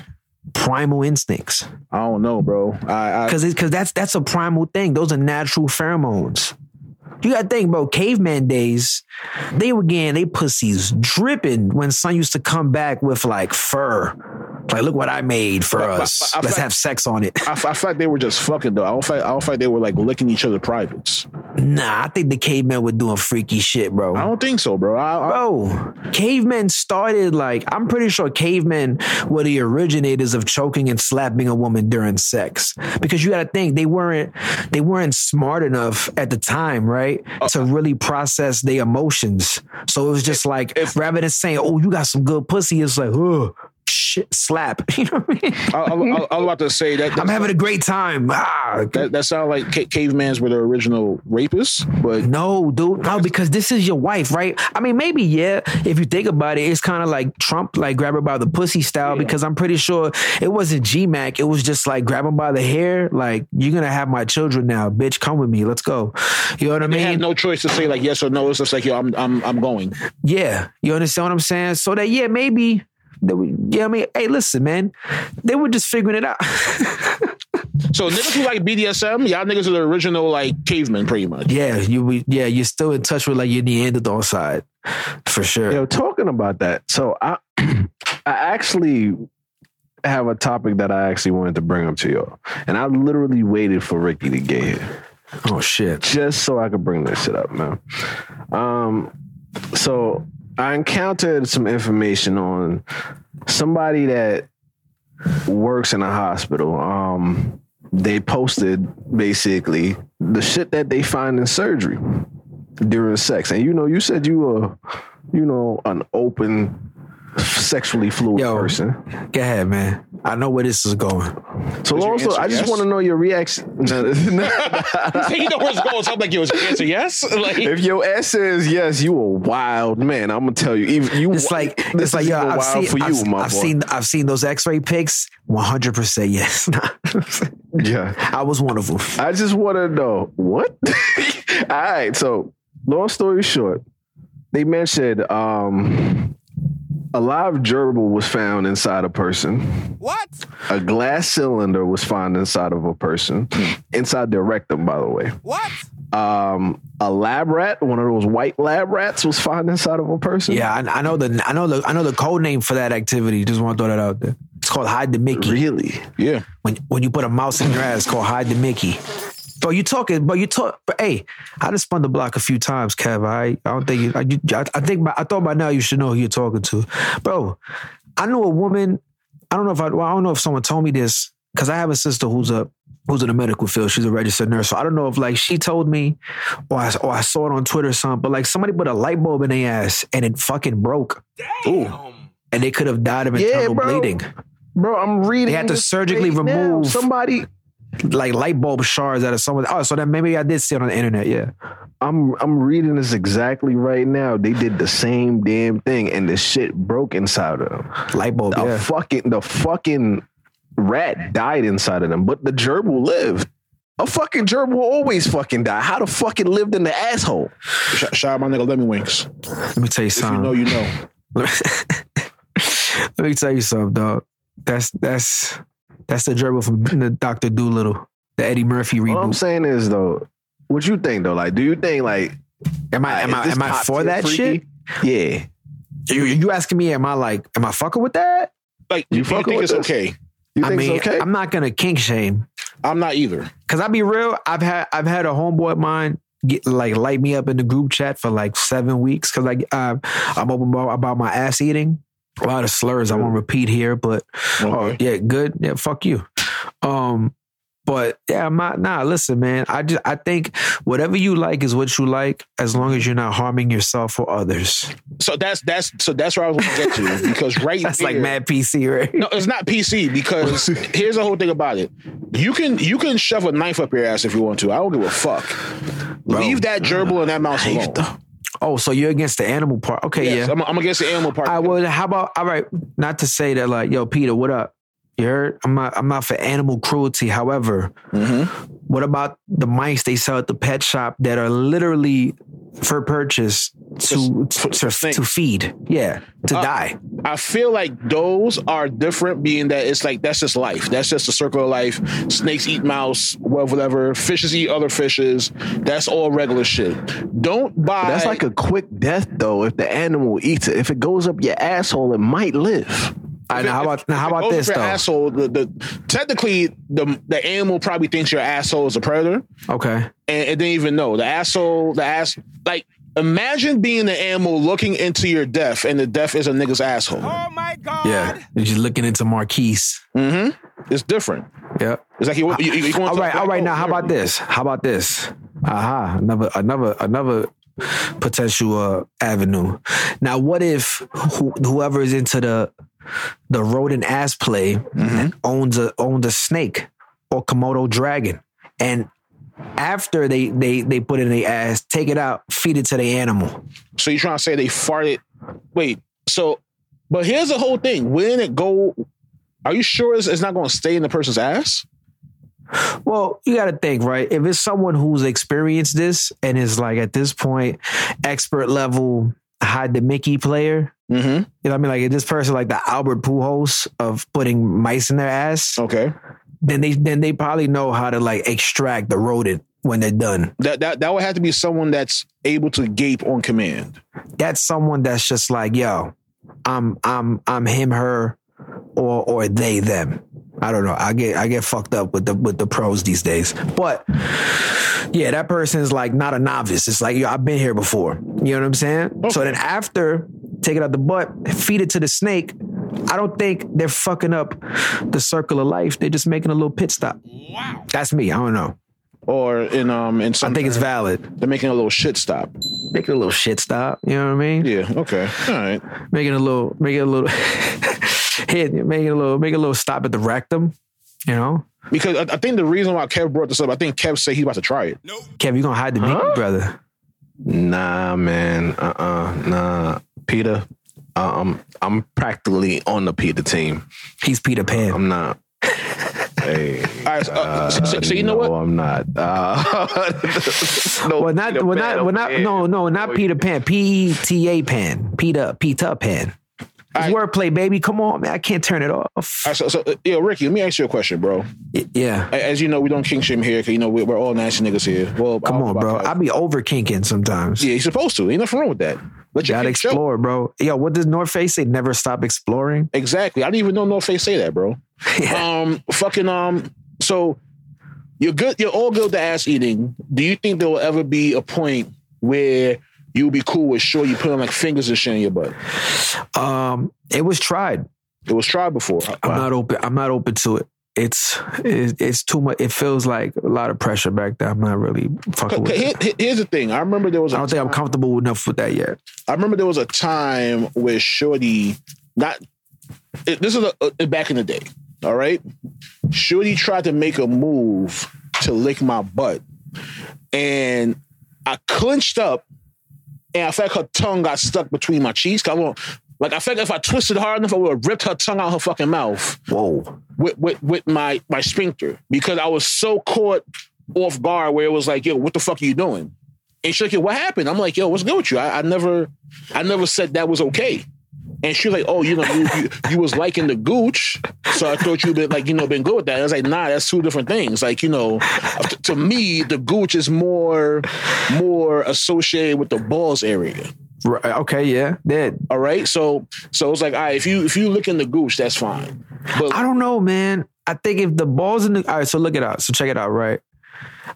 [SPEAKER 4] primal instincts.
[SPEAKER 2] I don't know, bro. I, I
[SPEAKER 4] Cause it's cause that's that's a primal thing. Those are natural pheromones. You gotta think, bro, caveman days, they were getting they pussies dripping when son used to come back with like fur. Like, look what I made for
[SPEAKER 2] but-
[SPEAKER 4] us.
[SPEAKER 2] but I
[SPEAKER 4] Let's
[SPEAKER 2] feel-
[SPEAKER 4] have sex on it.
[SPEAKER 2] I, f- I feel like they were just fucking though. I don't feel, I don't feel like they were like licking each other privates.
[SPEAKER 4] Nah, I think the cavemen were doing freaky shit, bro.
[SPEAKER 2] I don't think so, bro. I, I,
[SPEAKER 4] Bro, cavemen started like I'm pretty sure cavemen were the originators of choking and slapping a woman during sex because you got to think they weren't they weren't smart enough at the time, right, to really process their emotions. So it was just like rather than saying, "Oh, you got some good pussy," it's like, "Oh, shit, slap." You know what I mean?
[SPEAKER 2] I, I, I, I was about to say that.
[SPEAKER 4] I'm
[SPEAKER 2] that-
[SPEAKER 4] having a great time. Ah,
[SPEAKER 2] that, that sounds like ca- cavemans were the original rapists, but
[SPEAKER 4] No, dude. No, because this is your wife, right? I mean, maybe, yeah, if you think about it, it's kind of like Trump, like grab her by the pussy style, because I'm pretty sure it wasn't GMAC. It was just like grab him by the hair, like, you're going to have my children now. Bitch, come with me. Let's go. You know what I
[SPEAKER 2] they had
[SPEAKER 4] mean?
[SPEAKER 2] no choice to say like yes or no. It's just like yo, I'm I'm I'm going.
[SPEAKER 4] yeah. You understand what I'm saying? So that, yeah, maybe. That we, yeah, I mean, hey, listen, man. They were just figuring it out.
[SPEAKER 2] So niggas who like BDSM, y'all niggas are the original like cavemen, pretty much.
[SPEAKER 4] yeah, you, we- yeah, you're still in touch with like your Neanderthal side, for sure.
[SPEAKER 3] Yo, talking about that. So I I actually have a topic that I actually wanted to bring up to y'all. And I literally waited for Ricky to get here.
[SPEAKER 4] Oh shit.
[SPEAKER 3] just so I could bring this shit up, man. Um, so I encountered some information on somebody that works in a hospital. Um, they posted basically the shit that they find in surgery during sex, and you know, you said you were, you know, an open. Sexually fluid
[SPEAKER 4] Yo.
[SPEAKER 3] person.
[SPEAKER 4] Go ahead, man. I know where this is going.
[SPEAKER 3] So,
[SPEAKER 2] your
[SPEAKER 3] also,
[SPEAKER 2] answer
[SPEAKER 3] I just
[SPEAKER 2] yes?
[SPEAKER 3] want to know your reaction. No, no,
[SPEAKER 2] you know where it's going. So I'm like, yo, is your answer yes? Like,
[SPEAKER 3] If your ass says yes, you a wild man. I'm gonna tell you. Even you,
[SPEAKER 4] It's like
[SPEAKER 3] this
[SPEAKER 4] it's like
[SPEAKER 3] is
[SPEAKER 4] yeah,
[SPEAKER 3] even
[SPEAKER 4] I've
[SPEAKER 3] wild
[SPEAKER 4] seen
[SPEAKER 3] for you,
[SPEAKER 4] I've,
[SPEAKER 3] my
[SPEAKER 4] I've
[SPEAKER 3] boy.
[SPEAKER 4] seen I've seen those X-ray pics. One hundred percent yes. Nah,
[SPEAKER 3] yeah,
[SPEAKER 4] I was one of them.
[SPEAKER 3] I just want to know what. All right, so long story short, they mentioned um, a live gerbil was found inside a person.
[SPEAKER 1] What?
[SPEAKER 3] A glass cylinder was found inside of a person,
[SPEAKER 4] Hmm.
[SPEAKER 3] inside their rectum, by the way.
[SPEAKER 1] What?
[SPEAKER 3] Um, a lab rat, one of those white lab rats, was found inside of a person.
[SPEAKER 4] Yeah, I, I know the I know the I know the code name for that activity. Just want to throw that out there. It's called hide the Mickey.
[SPEAKER 3] really.
[SPEAKER 2] yeah,
[SPEAKER 4] When when you put a mouse in your ass, it's called hide the Mickey. Bro, you talking? But you talk. But hey, I just spun the block a few times, Kev. I I don't think you, I, you, I I think by, I thought by now you should know who you're talking to, bro. I knew a woman. I don't know if I, well, I don't know if someone told me this because I have a sister who's a who's in the medical field. She's a registered nurse. So I don't know if like she told me or I, or I saw it on Twitter or something. But like somebody put a light bulb in their ass and it fucking broke. And they could have died of
[SPEAKER 3] Yeah,
[SPEAKER 4] internal
[SPEAKER 3] bro.
[SPEAKER 4] bleeding.
[SPEAKER 3] Bro, I'm reading.
[SPEAKER 4] They had to
[SPEAKER 3] this
[SPEAKER 4] surgically
[SPEAKER 3] right now.
[SPEAKER 4] remove-
[SPEAKER 3] somebody.
[SPEAKER 4] Like light bulb shards out of someone. Oh, so that maybe I did see it on the internet. Yeah.
[SPEAKER 3] I'm I'm reading this exactly right now. They did the same damn thing, and the shit broke inside of them.
[SPEAKER 4] Light bulb.
[SPEAKER 3] The
[SPEAKER 4] yeah.
[SPEAKER 3] fucking the fucking rat died inside of them, but the gerbil lived. A fucking gerbil always fucking die. How the fuck it lived in the asshole?
[SPEAKER 2] Sh- shout out my nigga Lemmy Winks.
[SPEAKER 4] Let me tell you
[SPEAKER 2] If you know,
[SPEAKER 4] something.
[SPEAKER 2] you know.
[SPEAKER 4] Let me tell you something, dog. That's that's that's the gerbil from the Doctor Doolittle, the Eddie Murphy
[SPEAKER 3] All I'm
[SPEAKER 4] reboot.
[SPEAKER 3] saying is though, what you think though? Like, do you think like
[SPEAKER 4] Am I am I am I for that shit?
[SPEAKER 3] Yeah.
[SPEAKER 4] You, you asking me? Am I like? Am I fucking with that?
[SPEAKER 2] Like,
[SPEAKER 3] You
[SPEAKER 2] you,
[SPEAKER 3] fucking
[SPEAKER 2] think
[SPEAKER 3] with
[SPEAKER 2] it's
[SPEAKER 3] this?
[SPEAKER 2] okay?
[SPEAKER 3] You
[SPEAKER 4] I
[SPEAKER 3] think
[SPEAKER 4] mean,
[SPEAKER 3] it's okay?
[SPEAKER 4] I'm not gonna kink shame
[SPEAKER 2] I'm not either.
[SPEAKER 4] because I'll be real. I've had I've had a homeboy of mine get like light me up in the group chat for like seven weeks because like uh, I'm open about, about my ass eating. a lot of slurs I won't repeat here, but
[SPEAKER 2] Okay.
[SPEAKER 4] yeah, good. Yeah, fuck you. Um, but yeah, my nah. Listen, man. I just I think whatever you like is what you like, as long as you're not harming yourself or others.
[SPEAKER 2] So that's that's so that's where I was going to get to because right
[SPEAKER 4] That's like
[SPEAKER 2] there-
[SPEAKER 4] mad PC, right?
[SPEAKER 2] No, it's not PC because here's the whole thing about it. You can you can shove a knife up your ass if you want to. I don't give a fuck. Leave that gerbil and that mouse alone.
[SPEAKER 4] Oh, so you're against the animal part? Okay,
[SPEAKER 2] Yes,
[SPEAKER 4] yeah.
[SPEAKER 2] I'm, I'm against the animal part.
[SPEAKER 4] I would. How about all right? Not to say that like, yo, Peter, what up? You heard? I'm not. I'm not for animal cruelty. However,
[SPEAKER 2] Mm-hmm.
[SPEAKER 4] what about the mice they sell at the pet shop that are literally for purchase to
[SPEAKER 2] Just for-
[SPEAKER 4] to,
[SPEAKER 2] for
[SPEAKER 4] to feed? Yeah, to
[SPEAKER 2] Uh,
[SPEAKER 4] die.
[SPEAKER 2] I feel like those are different, being that it's like that's just life. That's just the circle of life. Snakes eat mouse, whatever, whatever. Fishes eat other fishes. That's all regular shit. Don't buy.
[SPEAKER 3] That's like a quick death though. If the animal eats it, if it goes up your asshole, it might live.
[SPEAKER 4] All right, now how about now how about
[SPEAKER 2] Over
[SPEAKER 4] this
[SPEAKER 2] your
[SPEAKER 4] though?
[SPEAKER 2] Asshole. The, the technically the the animal probably thinks your asshole is a predator,
[SPEAKER 4] Okay,
[SPEAKER 2] and it didn't even know the asshole. The ass like imagine being the animal looking into your death, and the death is a nigga's asshole.
[SPEAKER 4] yeah, you're just looking into Marquise.
[SPEAKER 2] Mm-hmm. It's different.
[SPEAKER 4] Yep.
[SPEAKER 2] It's like you. you, you going
[SPEAKER 4] All
[SPEAKER 2] to the
[SPEAKER 4] right,
[SPEAKER 2] black
[SPEAKER 4] all right.
[SPEAKER 2] hole,
[SPEAKER 4] Now, how about
[SPEAKER 2] literally.
[SPEAKER 4] this? How about this? Aha! Another, another, another potential uh, avenue. Now, what if who, whoever is into the the rodent ass play
[SPEAKER 2] Mm-hmm.
[SPEAKER 4] owns a owns a snake or Komodo dragon, and after they they they put it in the ass, take it out, feed it to the animal.
[SPEAKER 2] So you're trying to say they farted? Wait. So, but here's the whole thing. When it go, are you sure it's, it's not going to stay in the person's ass?
[SPEAKER 4] Well, you got to think, right? If it's someone who's experienced this and is like at this point expert level hide the Mickey player.
[SPEAKER 2] Mm-hmm.
[SPEAKER 4] You know what I mean? Like if this person like the Albert Pujols of putting mice in their ass,
[SPEAKER 2] Okay.
[SPEAKER 4] then they then they probably know how to like extract the rodent when they're done.
[SPEAKER 2] That that that would have to be someone that's able to gape on command.
[SPEAKER 4] That's someone that's just like, yo, I'm I'm I'm him, her, or or they, them. I don't know. I get I get fucked up with the with the pros these days. But yeah, that person is like not a novice. It's like, yo, I've been here before. You know what I'm saying? So then after take it out the butt, feed it to the snake. I don't think they're fucking up the circle of life. They're just making a little pit stop. Wow. That's me. I don't know.
[SPEAKER 2] Or in um in
[SPEAKER 4] I
[SPEAKER 2] some
[SPEAKER 4] think it's valid.
[SPEAKER 2] they're making a little shit stop.
[SPEAKER 4] Making a little shit stop. You know what I mean?
[SPEAKER 2] Yeah. Okay. All right.
[SPEAKER 4] Making a little, making a little hit, making a little, make a little stop at the rectum. You know?
[SPEAKER 2] Because I, I think the reason why Kev brought this up, I think Kev said he's about to try it.
[SPEAKER 4] Kev, you gonna hide the huh? brother.
[SPEAKER 3] Nah, man. Uh, uh nah. Peter, um, I'm practically on the Peter team.
[SPEAKER 4] He's Peter Pan.
[SPEAKER 3] I'm not. Hey,
[SPEAKER 2] All right. So, uh, so, so- so you know
[SPEAKER 3] no,
[SPEAKER 2] what?
[SPEAKER 3] I'm not. Uh, no,
[SPEAKER 4] well, not,
[SPEAKER 3] Peter
[SPEAKER 4] well,
[SPEAKER 3] Pan
[SPEAKER 4] not, well,
[SPEAKER 3] over
[SPEAKER 4] not,
[SPEAKER 3] here. Oh,
[SPEAKER 4] no, no, not Peter Pan. P E T A Pan. Peter, Peter Pan. It's
[SPEAKER 2] I-
[SPEAKER 4] wordplay, baby. Come on, man. I can't turn it off.
[SPEAKER 2] All right, so, so uh, yo, Ricky, let me ask you a question, bro.
[SPEAKER 4] Y- yeah.
[SPEAKER 2] A- As you know, we don't king shame here because you know we- we're all nasty niggas here. Well,
[SPEAKER 4] Come on, bro. I be over kinking sometimes.
[SPEAKER 2] Yeah, you're supposed to. Ain't nothing wrong with that. Let your
[SPEAKER 4] Gotta
[SPEAKER 2] kid show.
[SPEAKER 4] explore, bro. Yo, what does North Face say? Never stop exploring.
[SPEAKER 2] Exactly. I didn't even know North Face say that, bro.
[SPEAKER 4] Yeah.
[SPEAKER 2] Um, fucking um. So you're good. You're all good to ass eating. Do you think there will ever be a point where you'll be cool with sure you put on like fingers and shit in your butt?
[SPEAKER 4] Um, it was tried.
[SPEAKER 2] It was tried before.
[SPEAKER 4] I'm not open. I'm not open to it. It's it's, it's too much. It feels like a lot of pressure back there. I'm not really fucking with.
[SPEAKER 2] Here-
[SPEAKER 4] It.
[SPEAKER 2] here- here's the thing. I remember there was.
[SPEAKER 4] I
[SPEAKER 2] A
[SPEAKER 4] don't think I'm comfortable enough with that yet.
[SPEAKER 2] I remember there was a time where Shorty, not it- this is a, a- back in the day. All right, Shorty tried to make a move to lick my butt, and I clenched up, and I felt like her tongue got stuck between my cheeks. 'Cause I won't, like I felt like if I twisted hard enough, I would have ripped her tongue out her fucking mouth
[SPEAKER 4] Whoa.
[SPEAKER 2] with with, with my my sphincter because I was so caught off guard where it was like, yo, what the fuck are you doing? And she's like, yo, what happened? I'm like, yo, what's good with you? I, I never, I never said that was okay. And she's like, oh, you know, you, you, you was liking the gooch, so I thought you been like, you know, been good with that. I was like, nah, that's two different things. Like, you know, t- to me, the gooch is more, more associated with the balls area.
[SPEAKER 4] Right. Okay. Yeah. That
[SPEAKER 2] All right, so so it's like, all right, if you if you look in the gooch, that's fine. But
[SPEAKER 4] I don't know, man. I think if the ball's in the all right, so look it out. So check it out, right?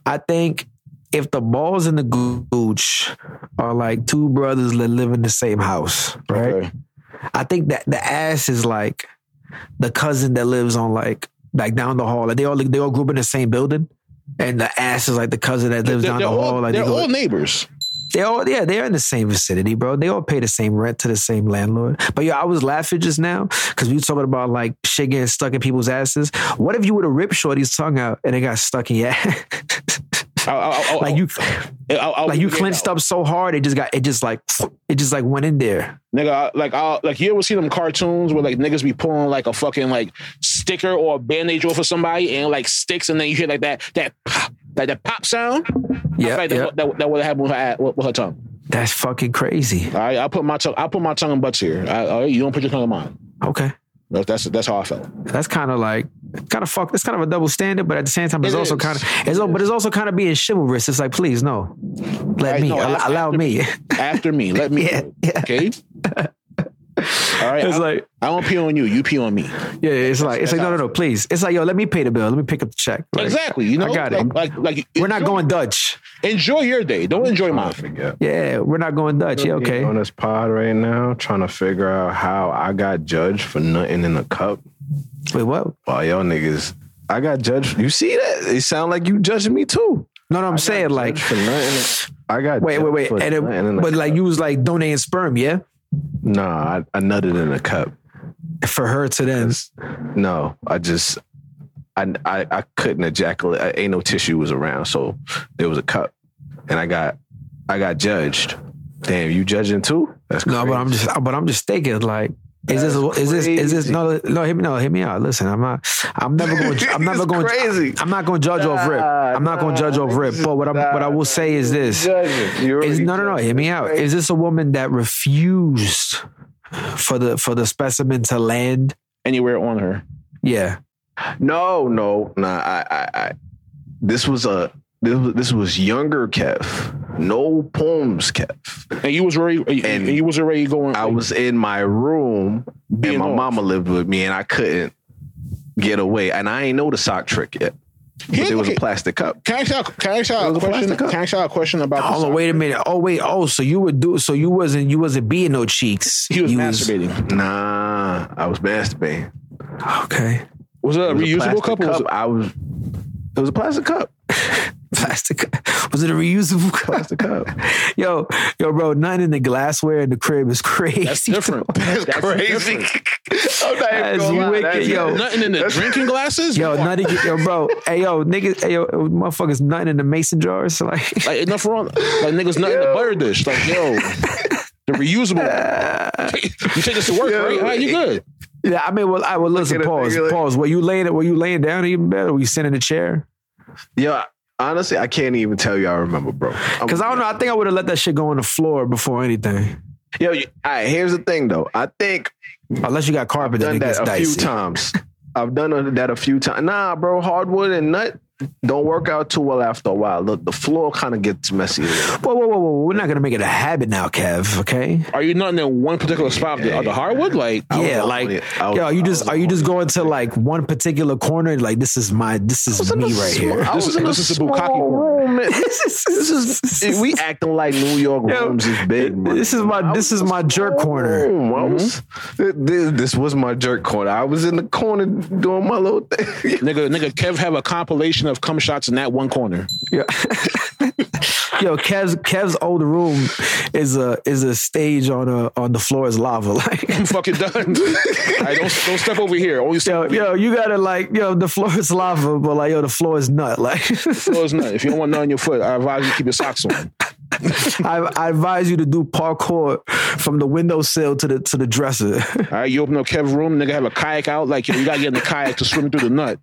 [SPEAKER 4] I think if the balls in the gooch are like two brothers that live in the same house, right?
[SPEAKER 2] Okay.
[SPEAKER 4] I think that the ass is like the cousin that lives on like like down the hall. Like they all they all grew up in the same building. And the ass is like the cousin that lives
[SPEAKER 2] They're,
[SPEAKER 4] down
[SPEAKER 2] they're
[SPEAKER 4] the
[SPEAKER 2] all,
[SPEAKER 4] hall. like
[SPEAKER 2] they're
[SPEAKER 4] they go,
[SPEAKER 2] all neighbors.
[SPEAKER 4] they all yeah, they're in the same vicinity, bro. They all pay the same rent to the same landlord. But yo, I was laughing just now because we were talking about like shit getting stuck in people's asses. What if you would have ripped Shorty's tongue out and it got stuck in your ass?
[SPEAKER 2] I, I, I,
[SPEAKER 4] like you
[SPEAKER 2] I, I, I-
[SPEAKER 4] like you
[SPEAKER 2] Oh, yeah,
[SPEAKER 4] clenched up so hard it just got it just like it just like went in there.
[SPEAKER 2] nigga. I, like, I, like you ever see them cartoons where like niggas be pulling like a fucking like sticker or a bandage off of somebody and like sticks, and then you hear like that that pop, like that pop sound. I feel
[SPEAKER 4] Yeah,
[SPEAKER 2] like
[SPEAKER 4] yeah.
[SPEAKER 2] that, that, that would happen with her, ass- with with her tongue.
[SPEAKER 4] That's fucking crazy.
[SPEAKER 2] All right, I put my tongue. I put my tongue in butts here. I, all right, you don't put your tongue in mine.
[SPEAKER 4] Okay.
[SPEAKER 2] That- That's that's how I felt.
[SPEAKER 4] That's kind of like kind of fuck. It's kind of a double standard, but at the same time, it's
[SPEAKER 2] It
[SPEAKER 4] also
[SPEAKER 2] is.
[SPEAKER 4] kind of it's al- but it's also kind of being chivalrous. It's like, please, no, let
[SPEAKER 2] Right,
[SPEAKER 4] me
[SPEAKER 2] no,
[SPEAKER 4] al-
[SPEAKER 2] after-
[SPEAKER 4] allow me.
[SPEAKER 2] After me, let me.
[SPEAKER 4] yeah, yeah.
[SPEAKER 2] Okay. All right.
[SPEAKER 4] It's
[SPEAKER 2] I,
[SPEAKER 4] like
[SPEAKER 2] I don't pee on you. You pee on me.
[SPEAKER 4] yeah, it's like it's
[SPEAKER 2] that's
[SPEAKER 4] like no, no,
[SPEAKER 2] how I
[SPEAKER 4] no, please. It's like yo, let me pay the bill. Let me pick up the check. Like,
[SPEAKER 2] exactly. You know.
[SPEAKER 4] I got it.
[SPEAKER 2] Like, like, like
[SPEAKER 4] We're not
[SPEAKER 2] enjoy-
[SPEAKER 4] going Dutch.
[SPEAKER 2] Enjoy your day. Don't enjoy
[SPEAKER 3] I
[SPEAKER 2] mine.
[SPEAKER 3] forget.
[SPEAKER 4] Yeah, we're not going Dutch. Yeah, okay.
[SPEAKER 3] On this pod right now, trying to figure out how I got judged for nothing in the cup.
[SPEAKER 4] Wait, what?
[SPEAKER 3] Wow, y'all niggas. I got judged. You see that? It sound like you judging me too.
[SPEAKER 4] No, no, I'm saying like,
[SPEAKER 3] Judged for nothing. I got
[SPEAKER 4] wait,
[SPEAKER 3] judged
[SPEAKER 4] wait, wait.
[SPEAKER 3] for
[SPEAKER 4] And it,
[SPEAKER 3] nothing in the
[SPEAKER 4] but like
[SPEAKER 3] cup.
[SPEAKER 4] you was like donating sperm, yeah,
[SPEAKER 3] nah, I, I nutted in a cup.
[SPEAKER 4] for her to then.
[SPEAKER 3] No, I just, I, I, I couldn't ejaculate. I, ain't no tissue was around, so there was a cup, and I got, I got judged. Damn, you judging too? That's
[SPEAKER 4] No, but I'm
[SPEAKER 3] crazy.
[SPEAKER 4] just but I'm just thinking like is this
[SPEAKER 3] That's
[SPEAKER 4] is this is this
[SPEAKER 3] crazy.
[SPEAKER 4] no no hit me no hit me out. Listen, I'm not I'm never going I'm never
[SPEAKER 3] It's
[SPEAKER 4] going
[SPEAKER 3] crazy.
[SPEAKER 4] I'm not going to judge off rip. I'm not going to judge off rip. But what I'm what I will say is this. Is, no, no, no. Hear me out. Is this a woman that refused for the for the specimen to land?
[SPEAKER 2] Anywhere on her.
[SPEAKER 4] Yeah.
[SPEAKER 3] No, no, nah. I, I, I this was a this was, this was younger Kev. No poems, Kev.
[SPEAKER 2] And you was already. And,
[SPEAKER 3] And
[SPEAKER 2] you was already going.
[SPEAKER 3] I was in my room,
[SPEAKER 2] Being
[SPEAKER 3] and my
[SPEAKER 2] off.
[SPEAKER 3] mama lived with me, and I couldn't get away. And I ain't know the sock trick yet. But
[SPEAKER 2] Here-
[SPEAKER 3] it was a
[SPEAKER 2] okay.
[SPEAKER 3] plastic cup.
[SPEAKER 2] Can I ask y'all, can I ask y'all
[SPEAKER 3] It was
[SPEAKER 2] a
[SPEAKER 3] a
[SPEAKER 2] question?
[SPEAKER 3] plastic cup.
[SPEAKER 2] Can I ask y'all a question about?
[SPEAKER 4] Hold
[SPEAKER 2] the
[SPEAKER 4] on. Wait a minute. Oh wait. Oh, so you would do. So you wasn't. You wasn't being no cheeks.
[SPEAKER 2] He was
[SPEAKER 4] you
[SPEAKER 2] masturbating.
[SPEAKER 3] Nah, I was masturbating.
[SPEAKER 4] okay.
[SPEAKER 2] Was it a
[SPEAKER 3] It was a
[SPEAKER 2] reusable
[SPEAKER 3] plastic
[SPEAKER 2] cup? Or was it,
[SPEAKER 3] I was. It was a plastic cup.
[SPEAKER 4] Plastic. Was it a reusable cup?
[SPEAKER 3] Plastic cup.
[SPEAKER 4] Yo, yo, bro, nothing in the glassware in the crib is crazy.
[SPEAKER 2] that's different. That's, different.
[SPEAKER 3] I'm not even
[SPEAKER 4] That's
[SPEAKER 3] gonna lie,
[SPEAKER 4] wicked, yo.
[SPEAKER 2] Nothing in the drinking glasses.
[SPEAKER 4] Yo, nothing, yo, bro. hey, yo, niggas, hey, yo, motherfuckers, nothing in the mason jars. Like,
[SPEAKER 2] Like enough wrong. Like niggas nothing in the butter dish. Like yo, the reusable. you take this to work,
[SPEAKER 3] Yo.
[SPEAKER 2] right? All right? You good?
[SPEAKER 4] yeah, I mean, well, I well, listen,
[SPEAKER 3] at a
[SPEAKER 4] pause,
[SPEAKER 3] nigga like-
[SPEAKER 4] pause. Were you laying, were you laying down even better? Were you sitting in a chair?
[SPEAKER 3] Yo, I- honestly, I can't even tell you I remember, bro.
[SPEAKER 4] Because I don't know. I think I would have let that shit go on the floor before anything,
[SPEAKER 3] Yo, you- all right, here's the thing though. I think
[SPEAKER 4] unless you got carpet.
[SPEAKER 3] done
[SPEAKER 4] Then it
[SPEAKER 3] that
[SPEAKER 4] gets
[SPEAKER 3] a few
[SPEAKER 4] dicey.
[SPEAKER 3] times. I've done that a few times. Nah, bro, hardwood and nut don't work out too well after a while. Look, the floor kind of gets messy.
[SPEAKER 4] Whoa, whoa, whoa, whoa! We're not gonna make it a habit now, Kev. Okay?
[SPEAKER 2] Are you nothing in one particular spot of the, of the hardwood? Like
[SPEAKER 4] yeah,
[SPEAKER 3] was
[SPEAKER 4] like,
[SPEAKER 3] only- I was-
[SPEAKER 4] yo, are you
[SPEAKER 3] I
[SPEAKER 4] just
[SPEAKER 3] was
[SPEAKER 4] are you just
[SPEAKER 3] only-
[SPEAKER 4] going to like one particular corner? Like, this is my, this is me right here.
[SPEAKER 3] I
[SPEAKER 2] This
[SPEAKER 3] was
[SPEAKER 2] is-
[SPEAKER 3] in
[SPEAKER 2] this
[SPEAKER 3] a
[SPEAKER 2] is the
[SPEAKER 3] small
[SPEAKER 2] Bukkake
[SPEAKER 3] room. man.
[SPEAKER 4] this is this
[SPEAKER 3] It- we acting like New York
[SPEAKER 4] Yo,
[SPEAKER 3] rooms is big. man.
[SPEAKER 4] this is my-
[SPEAKER 3] I
[SPEAKER 4] this
[SPEAKER 3] was
[SPEAKER 4] is my
[SPEAKER 3] in a
[SPEAKER 4] jerk
[SPEAKER 3] small
[SPEAKER 4] corner. Mm-hmm.
[SPEAKER 3] room. I was- th- this, this was my jerk corner. I was in the corner doing my little thing.
[SPEAKER 2] nigga, nigga, Kev have a compilation of cum shots in that one corner.
[SPEAKER 4] Yeah. Yo, Kev's Kev's old room is a is a stage on a on the floor is lava. Like
[SPEAKER 2] I'm fucking done. All right, don't don't step over here. Only step
[SPEAKER 4] yo,
[SPEAKER 2] over here.
[SPEAKER 4] yo, you gotta like yo, the floor is lava, but like yo, the floor is nut. Like
[SPEAKER 2] Floor is nut. If you don't want none on your foot, I advise you keep your socks on.
[SPEAKER 4] I, I advise you to do parkour from the windowsill to the to the dresser.
[SPEAKER 2] All right, you open up Kev's room, nigga have a kayak out. Like, yo, you gotta get in the kayak to swim through the nut.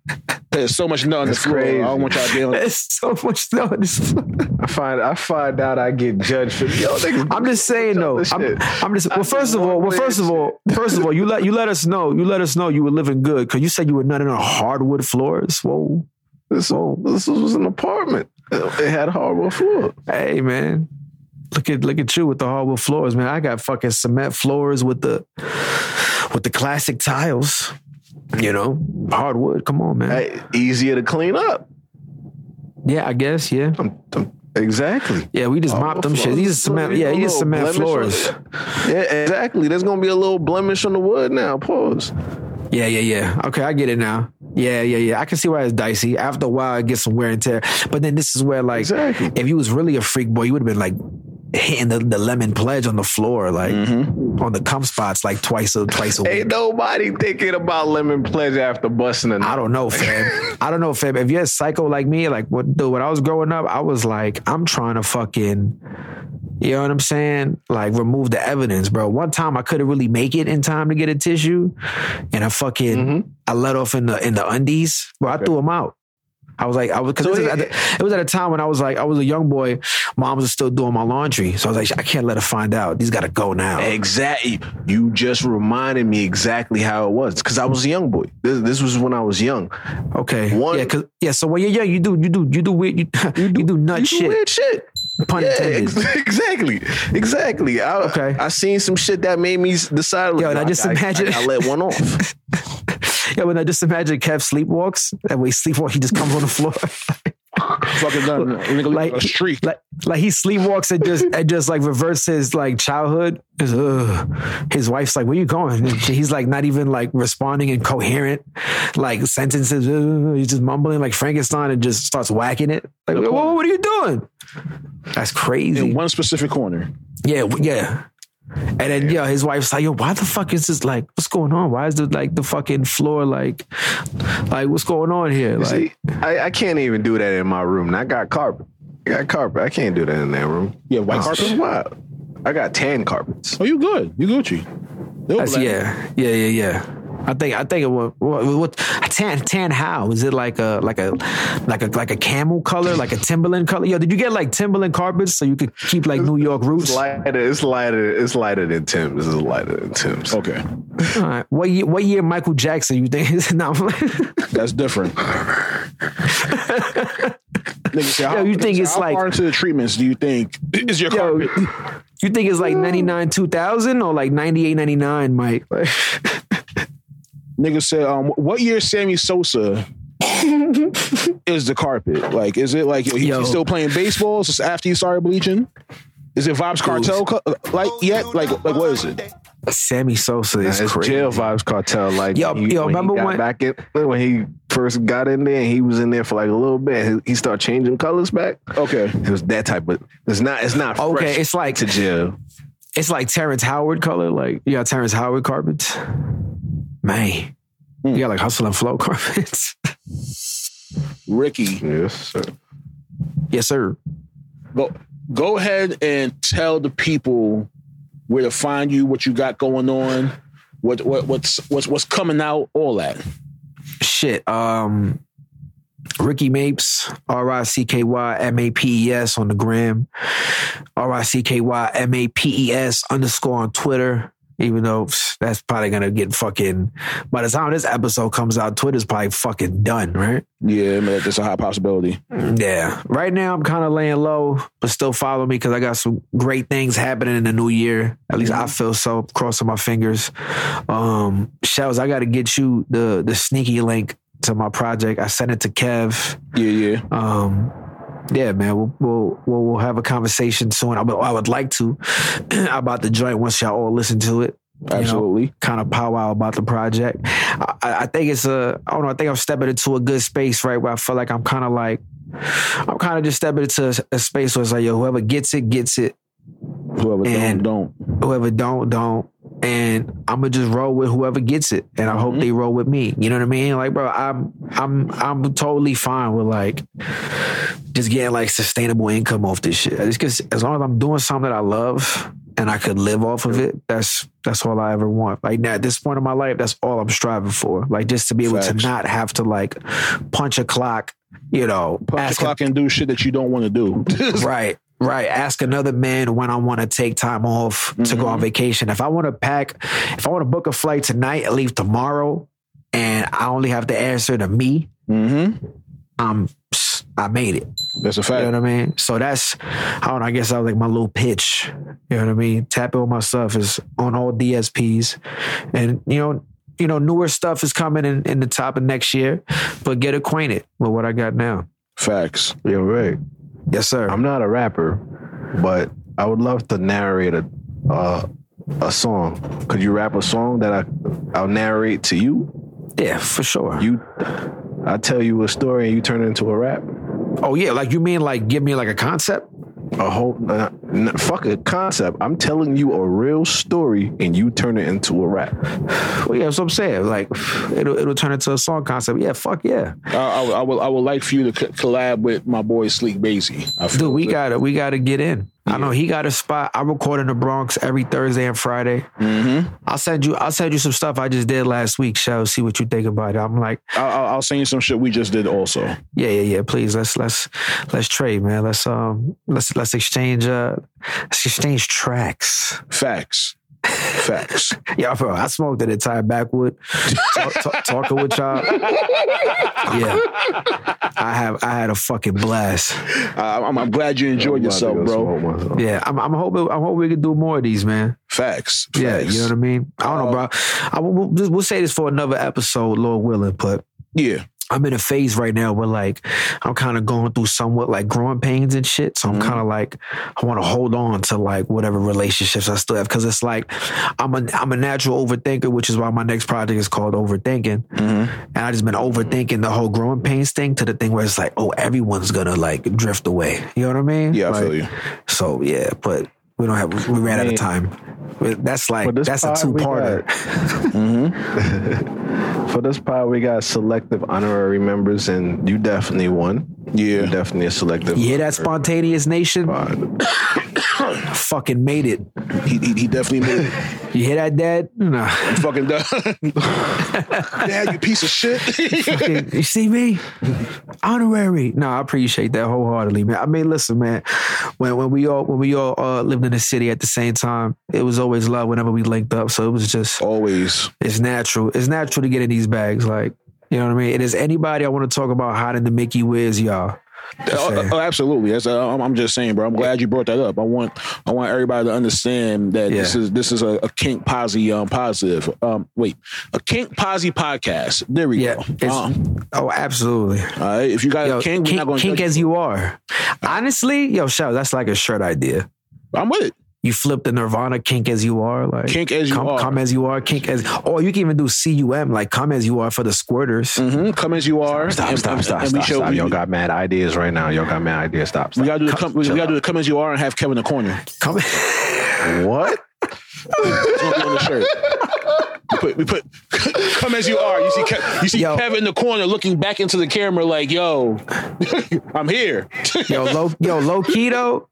[SPEAKER 2] There's so much nut on the
[SPEAKER 3] That's
[SPEAKER 2] floor.
[SPEAKER 3] crazy.
[SPEAKER 2] I don't want y'all dealing.
[SPEAKER 4] There's so much snow on this floor.
[SPEAKER 3] I find I find out I get judged for yo. niggas
[SPEAKER 4] I'm just saying though.
[SPEAKER 3] This
[SPEAKER 4] I'm,
[SPEAKER 3] shit.
[SPEAKER 4] I'm just well.
[SPEAKER 3] I'm
[SPEAKER 4] First
[SPEAKER 3] just
[SPEAKER 4] of all, well.
[SPEAKER 3] wondering
[SPEAKER 4] First of
[SPEAKER 3] shit.
[SPEAKER 4] all, first of all, you let you let us know. You let us know you were living good because you said you were nutting on hardwood floors. Whoa.
[SPEAKER 3] This, this was an apartment. It had hardwood floor.
[SPEAKER 4] Hey man, look at look at you with the hardwood floors, man. I got fucking cement floors with the with the classic tiles. You know, hardwood. Come on, man.
[SPEAKER 3] Hey, easier to clean up.
[SPEAKER 4] Yeah, I guess. Yeah,
[SPEAKER 3] I'm, I'm Exactly.
[SPEAKER 4] Yeah, we just mopped them
[SPEAKER 3] floors.
[SPEAKER 4] shit. He just
[SPEAKER 3] There's gonna
[SPEAKER 4] cement,
[SPEAKER 3] be
[SPEAKER 4] yeah,
[SPEAKER 3] a
[SPEAKER 4] he just
[SPEAKER 3] little
[SPEAKER 4] cement
[SPEAKER 3] blemish on-
[SPEAKER 4] floors.
[SPEAKER 3] Yeah, exactly. There's gonna be a little blemish on the wood now. Pause.
[SPEAKER 4] Yeah, yeah, yeah. Okay, I get it now. Yeah, yeah, yeah. I can see why it's dicey. After a while, it gets some wear and tear. But then this is where, like,
[SPEAKER 3] Exactly.
[SPEAKER 4] if you was really a freak boy, you would have been like hitting the, the lemon pledge on the floor, like
[SPEAKER 3] Mm-hmm.
[SPEAKER 4] on the cum spots, like twice a twice a week.
[SPEAKER 3] Ain't nobody thinking about lemon pledge after busting a
[SPEAKER 4] I
[SPEAKER 3] nut.
[SPEAKER 4] don't know, fam. I don't know, fam. If you're a psycho like me, like what dude, when I was growing up, I was like, I'm trying to fucking you know what I'm saying? Like remove the evidence, bro. One time I couldn't really make it in time to get a tissue and I fucking
[SPEAKER 3] Mm-hmm.
[SPEAKER 4] I let off in the in the undies. Bro, I threw them out. I was like, I was because
[SPEAKER 3] So
[SPEAKER 4] it, was
[SPEAKER 3] it-
[SPEAKER 4] at the- it was at a time when I was like, I was a young boy. Moms was still doing my laundry, so I was like, I can't let her find out. These got to go now.
[SPEAKER 3] Exactly. You just reminded me exactly how it was because I was a young boy. This, this was when I was young.
[SPEAKER 4] Okay,
[SPEAKER 3] One-
[SPEAKER 4] yeah, 'cause- yeah. So when you're young, you do you do you do weird you, you, do, nut
[SPEAKER 3] You do
[SPEAKER 4] shit.
[SPEAKER 3] Weird shit.
[SPEAKER 4] Pun
[SPEAKER 3] Yeah,
[SPEAKER 4] intended.
[SPEAKER 3] ex- exactly, exactly. I,
[SPEAKER 4] Okay.
[SPEAKER 3] I seen some shit that made me s- decide. like,
[SPEAKER 4] Yo, and I just
[SPEAKER 3] gotta-
[SPEAKER 4] imagine-
[SPEAKER 3] I, gotta let one off.
[SPEAKER 4] Yeah, when I just imagine Kev sleepwalks, that way he sleepwalk, he just comes on the floor.
[SPEAKER 2] Fucking done. Nigga,
[SPEAKER 4] Like-
[SPEAKER 2] like a streak.
[SPEAKER 4] like like he sleepwalks and just and just like reverses like childhood. It's, ugh. His wife's like, Where you going? And he's like not even like responding in coherent like sentences. Ugh. He's just mumbling like Frankenstein and just starts whacking it. Like,
[SPEAKER 2] The
[SPEAKER 4] whoa,
[SPEAKER 2] corner.
[SPEAKER 4] what are you doing? That's crazy.
[SPEAKER 2] in one specific corner.
[SPEAKER 4] Yeah, w- yeah. And then yeah, his wife's like, "Yo, why the fuck is this? Like, what's going on? Why is the like the fucking floor like, like what's going on here? Like,
[SPEAKER 3] See, I, I can't even do that in my room. And I got carpet. I got carpet. I can't do that in that room.
[SPEAKER 2] Yeah, white
[SPEAKER 3] Carpet's
[SPEAKER 2] carpet.
[SPEAKER 3] wild. I got tan carpets.
[SPEAKER 2] Oh, you good? You Gucci? They'll
[SPEAKER 4] that's,
[SPEAKER 2] black.
[SPEAKER 4] yeah, yeah, yeah, yeah. I think I think it was what, what tan tan how is it like a like a like a like a camel color like a Timberland color? Yo, did you get like Timberland carpets so you could keep like New York roots?
[SPEAKER 3] It's lighter. It's lighter. It's lighter than Tim's. It's lighter than Tim's.
[SPEAKER 2] Okay,
[SPEAKER 4] All right. What year? What year? Michael Jackson? You think? no, I'm like-
[SPEAKER 2] that's different. Nigga, say,
[SPEAKER 4] Yo, you think
[SPEAKER 2] say,
[SPEAKER 4] it's
[SPEAKER 2] how
[SPEAKER 4] like-
[SPEAKER 2] far into the treatments? Do you think is your
[SPEAKER 4] Yo,
[SPEAKER 2] carpet?
[SPEAKER 4] you think it's like 99 2000 or like 98 99 mike Like,
[SPEAKER 2] Nigga said, um, what year Sammy Sosa is the carpet? Like, is it like he,
[SPEAKER 4] Yo.
[SPEAKER 2] he's still playing baseball just after you started bleaching? Is it Vibes Cartel co- like yet? Like, like what is it?
[SPEAKER 4] sammy sosa
[SPEAKER 3] Nah,
[SPEAKER 4] is
[SPEAKER 3] it's
[SPEAKER 4] crazy
[SPEAKER 3] jail vibes cartel. Like
[SPEAKER 4] Yo, yo, remember
[SPEAKER 3] he got
[SPEAKER 4] when-
[SPEAKER 3] back in, when he first got in there and he was in there for like a little bit. He, he started changing colors back.
[SPEAKER 2] Okay,
[SPEAKER 3] It was that type of. It's not. It's not.
[SPEAKER 4] Okay,
[SPEAKER 3] fresh
[SPEAKER 4] it's like-
[SPEAKER 3] to jail.
[SPEAKER 4] it's like terrence howard color like you got terrence howard carpets man
[SPEAKER 3] Hmm.
[SPEAKER 4] you got like hustle and flow carpets
[SPEAKER 2] Ricky,
[SPEAKER 3] Yes, sir.
[SPEAKER 4] yes sir
[SPEAKER 2] go go ahead and tell the people where to find you, what you got going on, what what what's what's what's coming out, all that.
[SPEAKER 4] shit um Ricky Mapes, R I C K Y M A P E S on the gram, R I C K Y M A P E S underscore on Twitter. Even though pff, that's probably gonna get fucking, by the time this episode comes out, Twitter's probably fucking done, right?
[SPEAKER 2] Yeah, I mean, that's a high possibility.
[SPEAKER 4] Yeah. Right now, I'm kind of laying low, but still follow me because I got some great things happening in the new year. At least I feel so. Crossing my fingers. Um, Shells, I got to get you the the sneaky link to my project. I sent it to Kev.
[SPEAKER 2] Yeah, yeah.
[SPEAKER 4] Um, yeah, man, we'll, we'll we'll we'll have a conversation soon. I, would- I would like to about the joint once y'all all listen to it. You know,
[SPEAKER 2] Absolutely.
[SPEAKER 4] kind of powwow about the project. I, I I think it's a, I don't know, I think I'm stepping into a good space, right? Where I feel like I'm kind of like, I'm kind of just stepping into a, a space where it's like, yo, whoever gets it, gets it.
[SPEAKER 2] Whoever
[SPEAKER 4] And-
[SPEAKER 2] don't don't.
[SPEAKER 4] Whoever don't, don't. And I'm gonna just roll with whoever gets it, and I
[SPEAKER 2] Mm-hmm.
[SPEAKER 4] hope they roll with me. You know what I mean? Like, bro, I'm, I'm, I'm totally fine with like just getting like sustainable income off this shit. Just 'cause as long as I'm doing something that I love and I could live off of it, that's that's all I ever want. Like now at this point in my life, that's all I'm striving for. Like just to be able
[SPEAKER 2] Facts.
[SPEAKER 4] to not have to like punch a clock, you know,
[SPEAKER 2] Punch
[SPEAKER 4] ask
[SPEAKER 2] the clock and do shit that you don't want to do.
[SPEAKER 4] right right ask another man when i want to take time off to
[SPEAKER 3] Mm-hmm.
[SPEAKER 4] go on vacation if i want to pack if i want to book a flight tonight and leave tomorrow and i only have to answer to me
[SPEAKER 2] mm-hmm.
[SPEAKER 4] i'm psst, i made it
[SPEAKER 2] That's a fact.
[SPEAKER 4] you know what I mean? So that's I don't know, I guess I was like my little pitch. You know what I mean? Tap in with my stuff is on all DSPs. And you know, you know, newer stuff is coming in, in the top of next year, but get acquainted with what I got now.
[SPEAKER 2] Facts.
[SPEAKER 3] You're right.
[SPEAKER 4] Yes, sir.
[SPEAKER 3] I'm not a rapper, but I would love to narrate a uh, a song. Could you rap a song that I I'll narrate to you?
[SPEAKER 4] yeah, for sure.
[SPEAKER 3] You, I tell you a story and you turn it into a rap.
[SPEAKER 4] oh yeah, like you mean like give me like a concept?
[SPEAKER 3] A whole uh, n- fuck a concept. I'm telling you a real story and you turn it into a rap.
[SPEAKER 4] Well, yeah, that's what I'm saying. Like it'll it'll turn into a song concept. Yeah, fuck yeah.
[SPEAKER 2] I, I, would- I would I would like for you to co- collab with my boy Sleek Basie. I feel
[SPEAKER 4] Dude, we
[SPEAKER 2] that-
[SPEAKER 4] gotta we gotta get in. I know he got a spot. I record in the Bronx every Thursday and Friday.
[SPEAKER 2] Mm-hmm.
[SPEAKER 4] I'll send you I'll send you some stuff I just did last week. Shall see what you think about it. I'm like,
[SPEAKER 2] I- I'll, I'll send you some shit we just did also.
[SPEAKER 4] yeah, yeah, yeah. Please let's let's let's trade, man. Let's um let's let's exchange uh let's exchange tracks.
[SPEAKER 2] Facts. Facts.
[SPEAKER 4] Yeah, bro. I smoked an entire backwood talk, talk, talking with y'all. Yeah, I have I had a fucking blast.
[SPEAKER 2] I, I'm, I'm glad you enjoyed
[SPEAKER 3] I'm about to
[SPEAKER 2] yourself,
[SPEAKER 3] go
[SPEAKER 2] bro.
[SPEAKER 3] smoke myself.
[SPEAKER 4] Yeah, I'm I'm hoping I'm hoping we can do more of these, man.
[SPEAKER 2] Facts.
[SPEAKER 4] Yeah,
[SPEAKER 2] Facts.
[SPEAKER 4] you know what I mean. I don't know, bro. I, we'll, we'll, we'll say this for another episode, Lord willing. But
[SPEAKER 2] Yeah.
[SPEAKER 4] I'm in a phase right now where, like, I'm kind of going through somewhat like growing pains and shit. So I'm
[SPEAKER 2] Mm-hmm.
[SPEAKER 4] kind of like, I want to hold on to like whatever relationships I still have because it's like I'm a I'm a natural overthinker, which is why my next project is called Overthinking.
[SPEAKER 2] Mm-hmm.
[SPEAKER 4] And I just been overthinking the whole growing pains thing to the thing where it's like, oh, everyone's gonna like drift away. You know what I mean?
[SPEAKER 2] Yeah, I
[SPEAKER 4] Like,
[SPEAKER 2] feel you.
[SPEAKER 4] so yeah, but we don't have we ran out of
[SPEAKER 3] Man.
[SPEAKER 4] time. But That's like
[SPEAKER 3] But this
[SPEAKER 4] that's a
[SPEAKER 3] pod
[SPEAKER 4] two
[SPEAKER 3] we
[SPEAKER 4] parter.
[SPEAKER 3] For this pod, we got selective honorary members, and you definitely won. You're
[SPEAKER 2] Yeah.
[SPEAKER 3] definitely a selective.
[SPEAKER 4] Yeah, that
[SPEAKER 3] honorary
[SPEAKER 4] spontaneous nation
[SPEAKER 3] pod.
[SPEAKER 4] fucking made it.
[SPEAKER 2] He, he, he definitely made it.
[SPEAKER 4] You hear that, Dad? Nah.
[SPEAKER 2] He fucking done. Dad, you piece of shit.
[SPEAKER 4] Fucking- you see me? Honorary. No, I appreciate that wholeheartedly, man. I mean, listen, man. When when we all when we all uh, lived in the city at the same time, it was always love whenever we linked up. So it was just
[SPEAKER 2] Always.
[SPEAKER 4] it's natural. It's natural to get in these bags, like you know what I mean. And is anybody I want to talk about hotter than Mickey Wiz, y'all? Just
[SPEAKER 2] Oh,
[SPEAKER 4] saying.
[SPEAKER 2] oh, absolutely. That's, uh, I'm, I'm just saying, bro. I'm glad you brought that up. I want I want everybody to understand that this
[SPEAKER 4] Yeah.
[SPEAKER 2] is this is a, a kink posy um, positive. Um, wait, a kink posy podcast. There we
[SPEAKER 4] Yeah,
[SPEAKER 2] go.
[SPEAKER 4] it's,
[SPEAKER 2] Um,
[SPEAKER 4] oh, absolutely.
[SPEAKER 2] all right. If you got
[SPEAKER 4] Yo,
[SPEAKER 2] a kink,
[SPEAKER 4] kink,
[SPEAKER 2] we're not going
[SPEAKER 4] kink
[SPEAKER 2] to.
[SPEAKER 4] as you are. Honestly, yo, shout. That's like a shirt idea.
[SPEAKER 2] I'm with it.
[SPEAKER 4] You flip the Nirvana kink as you are, like
[SPEAKER 2] Kink as you
[SPEAKER 4] come,
[SPEAKER 2] are.
[SPEAKER 4] come as you are, kink as, or you can even do cum, like come as you are for the squirters.
[SPEAKER 2] hmm Come as you are.
[SPEAKER 3] Stop,
[SPEAKER 2] And-
[SPEAKER 3] stop,
[SPEAKER 2] and-
[SPEAKER 3] stop,
[SPEAKER 2] and we
[SPEAKER 3] stop,
[SPEAKER 2] show-
[SPEAKER 3] stop.
[SPEAKER 2] we-
[SPEAKER 3] Y'all got mad ideas right now. Y'all got mad ideas. Stop,
[SPEAKER 2] We
[SPEAKER 3] stop.
[SPEAKER 2] gotta do the come, we
[SPEAKER 3] chill
[SPEAKER 2] gotta do
[SPEAKER 3] out.
[SPEAKER 2] the come as you are and have Kevin in the corner.
[SPEAKER 4] Come,
[SPEAKER 3] What?
[SPEAKER 2] It's gonna be on the shirt. We put, we put come as you are. You see, Kev, you see
[SPEAKER 4] Yo.
[SPEAKER 2] Kevin in the corner looking back into the camera like, "Yo, I'm here."
[SPEAKER 4] yo, low, yo, low keto,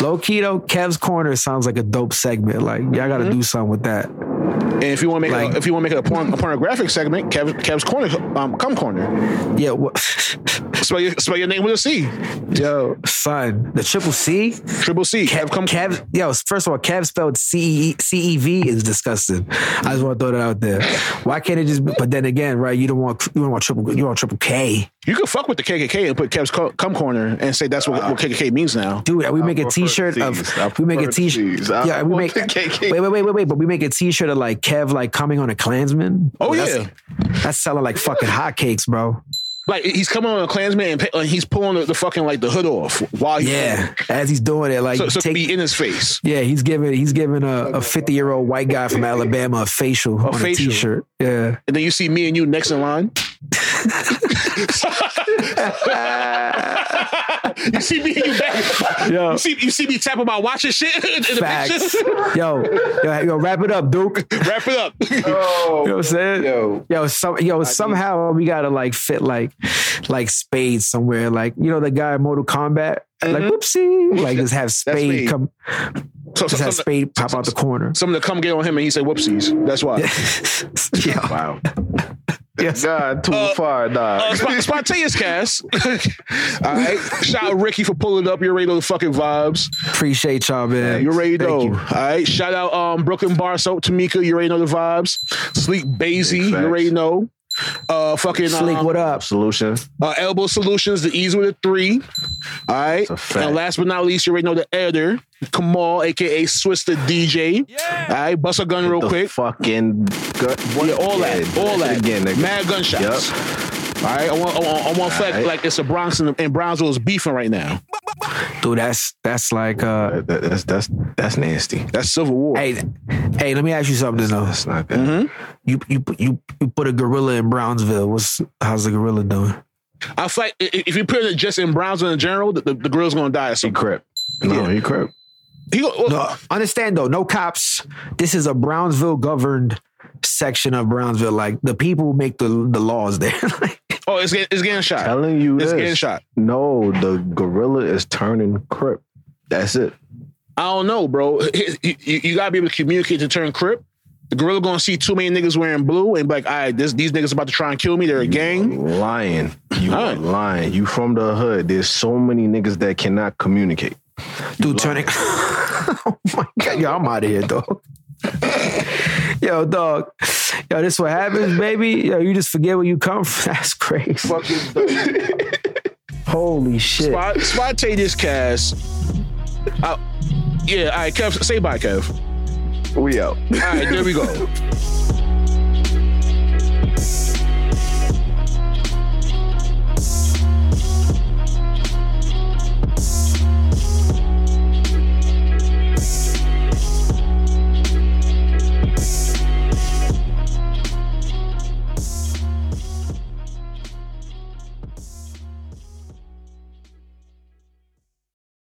[SPEAKER 4] low keto. Kev's corner sounds like a dope segment. Like y'all got to
[SPEAKER 2] Mm-hmm.
[SPEAKER 4] do something with that.
[SPEAKER 2] And if you want to make
[SPEAKER 4] Like-
[SPEAKER 2] a, if you want to make it a, porn, a pornographic segment, Kevin, Kev's corner, um, come corner.
[SPEAKER 4] Yeah, what,
[SPEAKER 2] Spell your, spell your name with a C.
[SPEAKER 4] yo, son, the triple C.
[SPEAKER 2] Triple C. Kev, come.
[SPEAKER 4] Kev, yo, first of all, Kev spelled C E C E V is disgusting. I just want to throw that out there. Why can't it just? Be, but then again, right? You don't want you don't want triple you want triple K,
[SPEAKER 2] You can fuck with the KKK and put Kev's co- come corner and say that's what, what KKK means now.
[SPEAKER 4] dude. We make a
[SPEAKER 3] prefer
[SPEAKER 4] T-shirt of
[SPEAKER 3] C's. I
[SPEAKER 4] we make a
[SPEAKER 3] prefer
[SPEAKER 4] T-shirt.
[SPEAKER 3] C's. I
[SPEAKER 4] Yeah, we
[SPEAKER 3] want
[SPEAKER 4] make
[SPEAKER 3] the
[SPEAKER 4] wait
[SPEAKER 3] KKK.
[SPEAKER 4] wait wait wait wait. But we make a T-shirt of like Kev like coming on a Klansman.
[SPEAKER 2] Oh,
[SPEAKER 4] That's-
[SPEAKER 2] yeah.
[SPEAKER 4] that's selling like fucking hotcakes, bro.
[SPEAKER 2] Like he's coming on a Klansman and, pa- and he's pulling the, the fucking like the hood off while he's
[SPEAKER 4] Yeah, as he's doing it, like
[SPEAKER 2] So, so it could
[SPEAKER 4] take-
[SPEAKER 2] be in his face.
[SPEAKER 4] yeah, he's giving he's giving a fifty year old white guy from Alabama a facial on
[SPEAKER 2] facial.
[SPEAKER 4] a T-shirt. Yeah.
[SPEAKER 2] and then you see me and you next in line. you see me and you back.
[SPEAKER 4] Yo.
[SPEAKER 2] You see, you see me tapping my watch and shit in the
[SPEAKER 4] Facts.
[SPEAKER 2] picture.
[SPEAKER 4] yo, yo, yo, wrap it up, Duke. You
[SPEAKER 2] Wrap it up.
[SPEAKER 4] know what I'm saying?
[SPEAKER 3] Yo.
[SPEAKER 4] Yo, some, yo, somehow we gotta like fit like, like spades somewhere. Like you know the guy in Mortal Kombat, like whoopsie, like just have
[SPEAKER 2] Mm-hmm. me.
[SPEAKER 4] spade come,
[SPEAKER 2] So, so,
[SPEAKER 4] just have
[SPEAKER 2] some, to,
[SPEAKER 4] spade pop out the corner.
[SPEAKER 2] some to come get on him and he said, whoopsies. That's why.
[SPEAKER 4] yeah,
[SPEAKER 3] Wow.
[SPEAKER 4] Yes.
[SPEAKER 3] God, too far, dog.
[SPEAKER 2] Uh, sp- spontaneous cast. All right. Shout out Ricky for pulling up. You're ready to the fucking vibes.
[SPEAKER 4] appreciate y'all, man.
[SPEAKER 2] You already
[SPEAKER 4] Thank
[SPEAKER 2] know.
[SPEAKER 4] you.
[SPEAKER 2] All right. Shout out um Brooklyn Bar Soap, Tamika. You already know the vibes. Sleek Basie.
[SPEAKER 3] Big
[SPEAKER 2] You
[SPEAKER 3] facts.
[SPEAKER 2] already know. Uh, fucking
[SPEAKER 4] Sleek,
[SPEAKER 2] um,
[SPEAKER 4] what up?
[SPEAKER 3] Solution.
[SPEAKER 2] uh, Elbow Solutions, the ease with a three. All right.
[SPEAKER 3] a fact.
[SPEAKER 2] And last but not least, you already know the editor, Kamal, aka Swiss the DJ. All right. Bust a gun real
[SPEAKER 3] The
[SPEAKER 2] quick.
[SPEAKER 3] Fucking. Gut.
[SPEAKER 2] Yeah, all that,
[SPEAKER 3] Yeah,
[SPEAKER 2] all
[SPEAKER 3] do
[SPEAKER 2] that.
[SPEAKER 3] Again, nigga.
[SPEAKER 2] Mad gunshots. All right, I want, I want, I want fact
[SPEAKER 3] right.
[SPEAKER 2] like it's a Bronx and, and Brownsville's beefing right now.
[SPEAKER 4] through. That's that's like uh
[SPEAKER 3] That- that- that's that's that's nasty.
[SPEAKER 2] That's civil war.
[SPEAKER 4] hey hey, let me ask you something though.
[SPEAKER 3] That's not
[SPEAKER 2] Mm-hmm.
[SPEAKER 3] good.
[SPEAKER 4] You you you you put a gorilla in Brownsville. What's how's the gorilla doing?
[SPEAKER 2] I feel like i- i- if you put it just in Brownsville in general, the, the, the girl's gonna die. So
[SPEAKER 3] He crip. No, he crip.
[SPEAKER 2] he, go- oh, well,
[SPEAKER 4] No, Uh, understand though, no cops. This is a Brownsville governed section of Brownsville. Like the people make the the laws there. Like,
[SPEAKER 2] oh, it's, get- it's getting shot.
[SPEAKER 3] Telling you
[SPEAKER 2] It's
[SPEAKER 3] this.
[SPEAKER 2] getting shot.
[SPEAKER 3] No, the gorilla is turning crip. That's it.
[SPEAKER 2] I don't know, bro. You, you- you gotta be able to communicate to turn crip. The gorilla gonna see too many niggas wearing blue and be like, all right, this, these niggas about to try and kill me. They're a gang.
[SPEAKER 3] Lying. You are
[SPEAKER 2] Lying.
[SPEAKER 3] lying. You from the hood. There's so many niggas that cannot communicate.
[SPEAKER 4] dude, turning. oh my god, yo, I'm out of here, dog. yo, dog. Yo, this what happens, baby. Yo, you just forget where you come from. That's crazy.
[SPEAKER 2] Fucking
[SPEAKER 4] Holy shit.
[SPEAKER 2] spot, spot take this cast. I, yeah, all right, Kev, say bye, Kev.
[SPEAKER 3] We
[SPEAKER 2] All
[SPEAKER 3] out.
[SPEAKER 2] right, there we go.